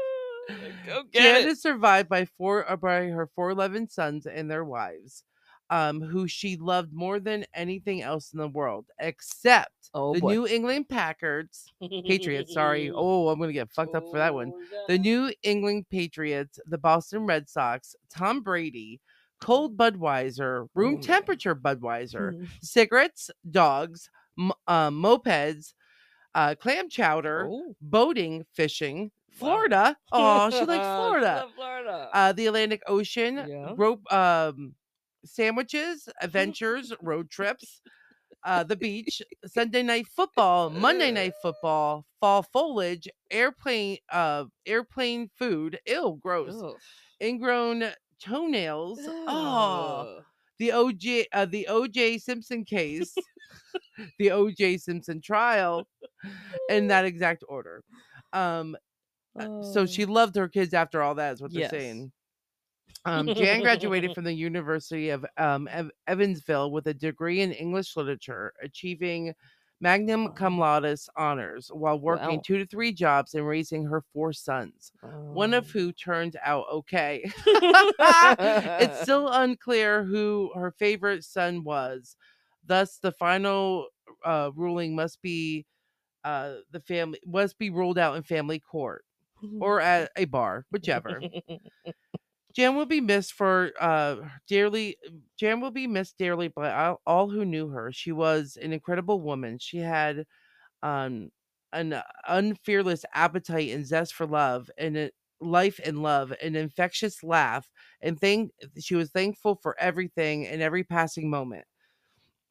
S2: Go get
S1: Jan
S2: it.
S1: is survived by four uh, by her four eleven sons and their wives, um, who she loved more than anything else in the world, except
S2: Oh,
S1: the
S2: boy.
S1: New England Packards. Patriots, sorry. Oh, I'm gonna get fucked up for that one.
S2: Oh,
S1: The New England Patriots, the Boston Red Sox, Tom Brady, cold Budweiser, room
S2: Oh. Mm.
S1: temperature Budweiser, cigarettes, dogs, m- uh, mopeds, uh, clam chowder,
S2: Oh.
S1: boating, fishing, Florida. Oh, she likes Florida.
S2: loved Florida.
S1: Uh, the Atlantic Ocean,
S2: Yeah.
S1: rope, um, sandwiches, adventures, road trips, uh, the beach, Sunday night football, Monday night football, fall foliage, airplane, uh, airplane food. Ew, gross.
S2: Ugh.
S1: Ingrown toenails. Oh,
S2: Ugh.
S1: the OJ, uh, the OJ Simpson case, the OJ Simpson trial, in that exact order. Um, uh, so she loved her kids after all that is what they're
S2: Oh. Yes.
S1: saying um, jan graduated from the university of um, Ev- evansville with a degree in english literature achieving magnum cum laude honors while working
S2: Wow.
S1: two to three jobs and raising her four sons one of
S2: Oh.
S1: who turned out okay it's still unclear who her favorite son was thus the final uh, ruling must be uh, the family must be ruled out in family court or at a bar, whichever. Jan will be missed for uh dearly Jan will be missed dearly by all, all who knew her. She was an incredible woman. She had um an unfearless appetite and zest for love and a- life and love, an infectious laugh, and thank she was thankful for everything and every passing moment.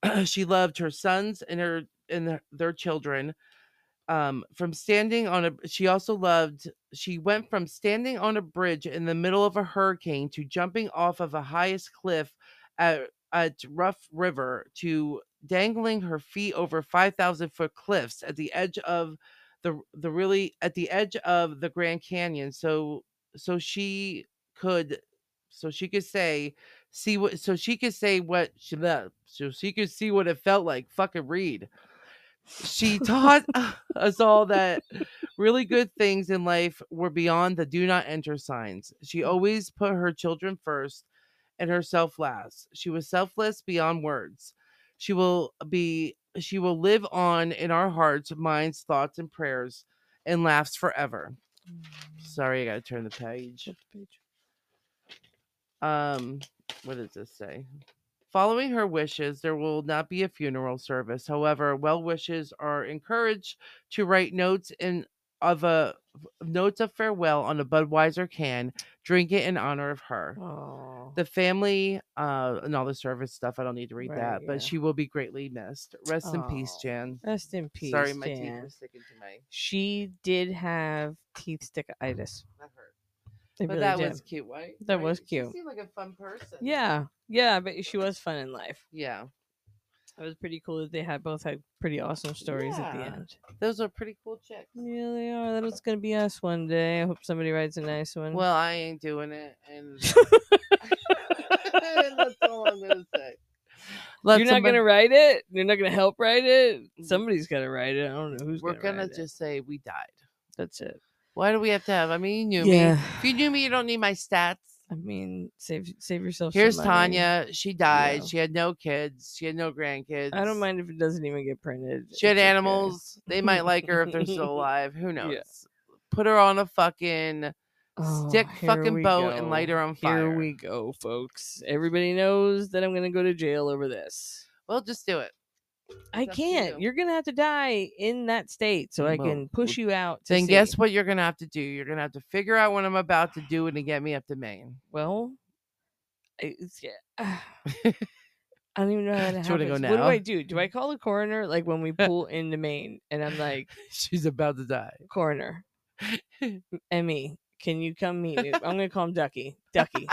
S1: she loved her sons and her and their- their children. Um, from standing on a, she also loved she went from standing on a bridge in the middle of a hurricane to jumping off of a highest cliff at, at Rough River to dangling her feet over 5,000 foot cliffs at the edge of the the really at the edge of the Grand Canyon so so she could so she could say see what so she could say what she left so she could see what it felt like fucking read she taught us all that really good things in life were beyond the do not enter signs. She always put her children first and herself last. She was selfless beyond words. She will be she will live on in our hearts, minds, thoughts and prayers and laughs forever. Sorry, I got to turn Mm. the page. Um, what does this say? Following her wishes, there will not be a funeral service. However, well wishes are encouraged to write notes in of a notes of farewell on a Budweiser can. Drink it in honor of her.
S2: Oh.
S1: The family, uh, and all the service stuff. I don't need to read
S2: Right,
S1: that,
S2: yeah.
S1: but she will be greatly missed. Rest in peace,
S2: Aw.
S1: Jan.
S2: Rest in peace.
S1: Sorry, my teeth
S2: Jan.
S1: were sticking to my.
S2: She did have teeth stick-itis.
S1: That hurt.
S2: They
S1: But
S2: really
S1: that
S2: did.
S1: was cute. Why?
S2: That
S1: why-
S2: was
S1: She
S2: cute.
S1: seemed like a fun person.
S2: Yeah, yeah, but she was fun in life.
S1: Yeah.
S2: It was pretty cool that they had both had pretty awesome stories at the
S1: Yeah.
S2: end.
S1: Those are pretty cool chicks.
S2: Yeah, they are. That was gonna be us one day. I hope somebody writes a nice one.
S1: Well, I ain't doing it, and that's all I'm gonna say. Let
S2: You're not
S1: somebody-
S2: gonna write it. You're not gonna help write it. Somebody's gotta write it. I don't know who's.
S1: We're
S2: gonna,
S1: gonna
S2: write it.
S1: just say we died.
S2: That's it.
S1: Why do we have to have? I mean, you knew me. If you knew me, you don't need my stats.
S2: I mean, save save yourself. some
S1: Here's
S2: money.
S1: Tanya. She died.
S2: Yeah.
S1: She had no kids. She had no grandkids.
S2: I don't mind if it doesn't even get printed.
S1: She had
S2: It's okay.
S1: animals. They might like her if they're still alive. Who knows?
S2: Yeah.
S1: Put her on a fucking
S2: Oh,
S1: stick
S2: here
S1: fucking
S2: we
S1: boat and light
S2: go.
S1: her on fire.
S2: Here we go, folks. Everybody knows that I'm gonna go to jail over this.
S1: Well, just do it.
S2: I
S1: It's up to
S2: can't.
S1: you.
S2: You. are gonna have to die in that state, so I
S1: Well,
S2: can push you out. To
S1: Then
S2: sea.
S1: guess what you're gonna have to do? You're gonna have to figure out what I'm about to do and to get me up to Maine.
S2: Well, I, it's, yeah. I don't even know how to
S1: Do you wanna go
S2: happens. What do I
S1: now?
S2: do? Do I call the coroner like when we pull into Maine and I'm like,
S1: She's about to die.
S2: coroner, Emmy, can you come meet me? I'm gonna call him Ducky. Ducky,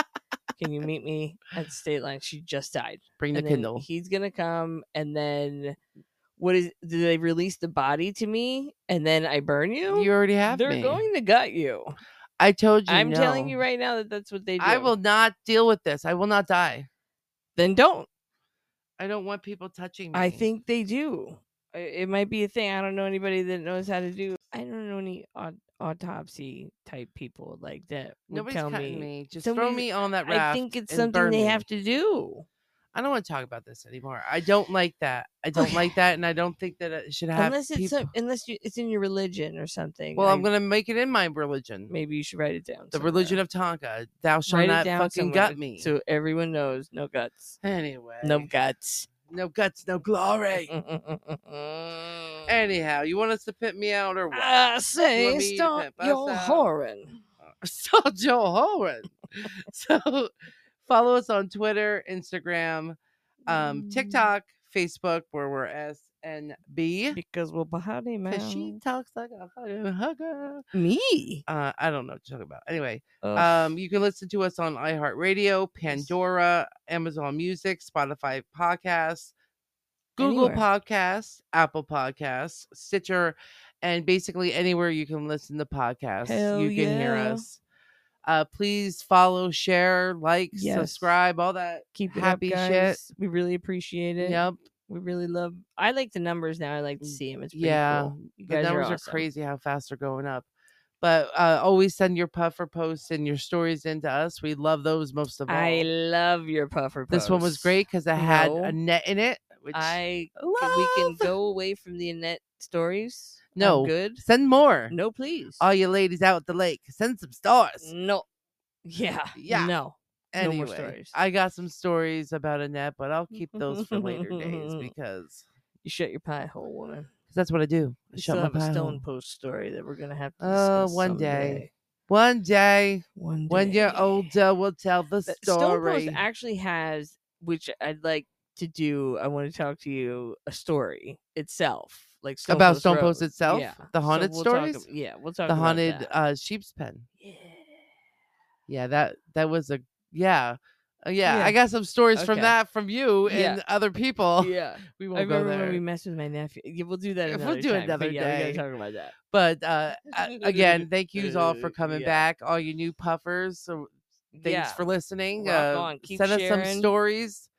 S2: can you meet me at the state line? She just died.
S1: Bring the
S2: and then
S1: Kindle.
S2: He's gonna come and then what is? Do they release the body to me and then I burn you?
S1: You already have
S2: They're
S1: me.
S2: going to gut you.
S1: I told you.
S2: I'm telling
S1: no.
S2: you right now that that's what they do.
S1: I will not deal with this. I will not die.
S2: Then don't.
S1: I don't want people touching me.
S2: I think they do. I- It might be a thing. I don't know anybody that knows how to do. I don't know any aut- autopsy type people like that. Would
S1: nobody's
S2: tell
S1: cutting me.
S2: me.
S1: Just throw
S2: somebody's-
S1: me on that raft.
S2: I think it's
S1: and
S2: something
S1: burn
S2: they
S1: me.
S2: have to do.
S1: I don't want to talk about this anymore. I don't like that. I don't
S2: Okay.
S1: like that, and I don't think that it should happen.
S2: Oh, unless it's some, unless you, it's in your religion or something.
S1: well, I'm
S2: I-
S1: gonna make it in my religion,
S2: maybe you should write it down.
S1: the religion of Tonka. Thou shalt not fucking gut me.
S2: so everyone knows no guts,
S1: anyway,
S2: no guts.
S1: no guts, no glory.
S2: and
S1: Anyhow, you want us to pit me out or what?
S2: I
S1: You
S2: Ah, say
S1: want me to
S2: stop
S1: pimp us
S2: your
S1: out?
S2: whoring.
S1: so Joe Horan. so follow us on Twitter, Instagram,
S2: Mm.
S1: um, TikTok, Facebook, where we're SNB.
S2: because we'll body man.
S1: Because she talks like a fucking hugger.
S2: me.
S1: Uh, I don't know what to talk about. Anyway, um,
S2: Um,
S1: you can listen to us on iHeartRadio, Pandora, Amazon Music, Spotify Podcasts, Google
S2: Anywhere.
S1: Podcasts, Apple Podcasts, Stitcher, and basically anywhere you can listen to podcasts,
S2: Hell
S1: you can hear
S2: yeah.
S1: us. Uh, please follow, share, like,
S2: Yes.
S1: subscribe, all that.
S2: keep it
S1: happy
S2: up,
S1: shit.
S2: guys. We really appreciate it.
S1: Yep.
S2: We really love. I like the numbers now. I like to
S1: Mm,
S2: see them. It's pretty
S1: Yeah.
S2: cool. You
S1: The
S2: guys
S1: numbers
S2: are,
S1: are,
S2: awesome.
S1: crazy how fast they're going up. But uh, always send your puffer posts and your stories into us. We love those most of all.
S2: I love your puffer.
S1: This one was
S2: posts.
S1: great because it had
S2: No.
S1: a net in it. Which
S2: I
S1: love.
S2: we can go away from the net stories. I'm
S1: No.
S2: good.
S1: send more.
S2: No, please.
S1: All you ladies out at the lake, send some stars.
S2: no. Yeah.
S1: Yeah.
S2: No. no more
S1: Anyway,
S2: stories.
S1: I got some stories about Annette, but I'll keep those for later days because
S2: You shut your pie hole, woman.
S1: cause that's what I do. I
S2: We
S1: shut
S2: still
S1: my
S2: have a
S1: pie
S2: Stone
S1: hole.
S2: Post story that we're gonna have to
S1: Oh,
S2: discuss
S1: one day.
S2: someday.
S1: One day,
S2: One day.
S1: when you're older, we'll tell the
S2: The Stone Post
S1: story.
S2: actually has, which I'd like to do. I want to talk to you a story itself, like Stone
S1: about
S2: Post
S1: Stone Post
S2: Road.
S1: itself,
S2: Yeah.
S1: the
S2: So
S1: haunted
S2: we'll talk
S1: stories,
S2: ab- yeah, we'll talk
S1: the
S2: about
S1: haunted
S2: that.
S1: uh, sheep's pen.
S2: Yeah.
S1: Yeah, that that was a yeah. Uh, yeah,
S2: Yeah.
S1: I got some stories from
S2: Okay.
S1: that from you
S2: Yeah.
S1: and other people.
S2: yeah.
S1: We
S2: I
S1: won't go
S2: remember when
S1: there.
S2: we messed with my nephew. Yeah, we'll do that
S1: Yeah, we'll
S2: another
S1: do
S2: time,
S1: another
S2: but yeah,
S1: day.
S2: we gotta talk about that.
S1: But uh, a- again, thank yous all for
S2: Uh,
S1: coming
S2: yeah.
S1: back. All you new puffers, so thanks
S2: yeah.
S1: for listening.
S2: Rock
S1: uh,
S2: on, keep
S1: send us
S2: sharing.
S1: some stories.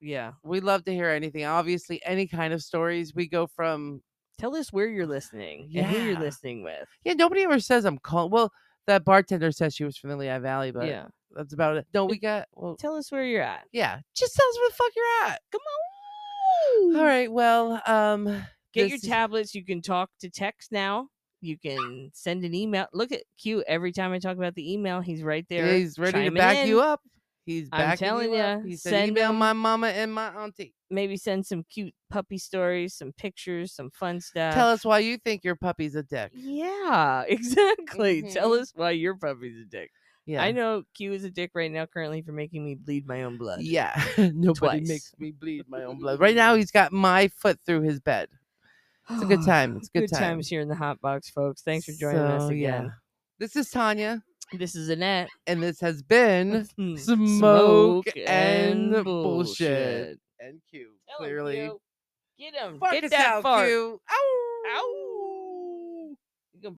S2: yeah.
S1: We love to hear anything. Obviously, any kind of stories. We go from
S2: Tell us where you're listening and who
S1: Yeah.
S2: you're listening with.
S1: yeah. Nobody ever says I'm calling. Well, that bartender says she was from the Lehigh Valley, but
S2: yeah.
S1: that's about it. No, we got well,
S2: Tell us where you're at.
S1: yeah. Just tell us where the fuck you're at.
S2: Come on.
S1: All right. Well, um,
S2: Get your
S1: this-
S2: tablets. You can talk to text now. You can send an email. Look at Q. Every time I talk about the email, he's right there.
S1: he's ready to
S2: chiming
S1: back you
S2: in.
S1: up. He's
S2: I'm
S1: backing
S2: telling
S1: you up.
S2: ya,
S1: He said,
S2: send
S1: "Email
S2: him-
S1: my mama and my auntie."
S2: Maybe send some cute puppy stories, some pictures, some fun stuff.
S1: Tell us why you think your puppy's a dick.
S2: Yeah, exactly. Tell
S1: Mhm.
S2: us why your puppy's a dick.
S1: Yeah.
S2: I know Q is a dick right now currently for making me bleed my own blood.
S1: Yeah. Nobody
S2: Twice. Mm-hmm.
S1: makes me bleed my own blood. Right now, he's got my foot through his bed. It's a good time. It's a good,
S2: Ah, good times here in the hot box, folks. Thanks for joining us
S1: So,
S2: again.
S1: This is Tanya,
S2: This is Annette.
S1: and this has been
S2: Mm.
S1: Smoke and Bullshit. NQ.
S2: Tell 'em,
S1: Clearly.
S2: Q. Get him.
S1: Fuck
S2: Get
S1: us
S2: that
S1: out,
S2: fart.
S1: Q. Ow.
S2: Ow.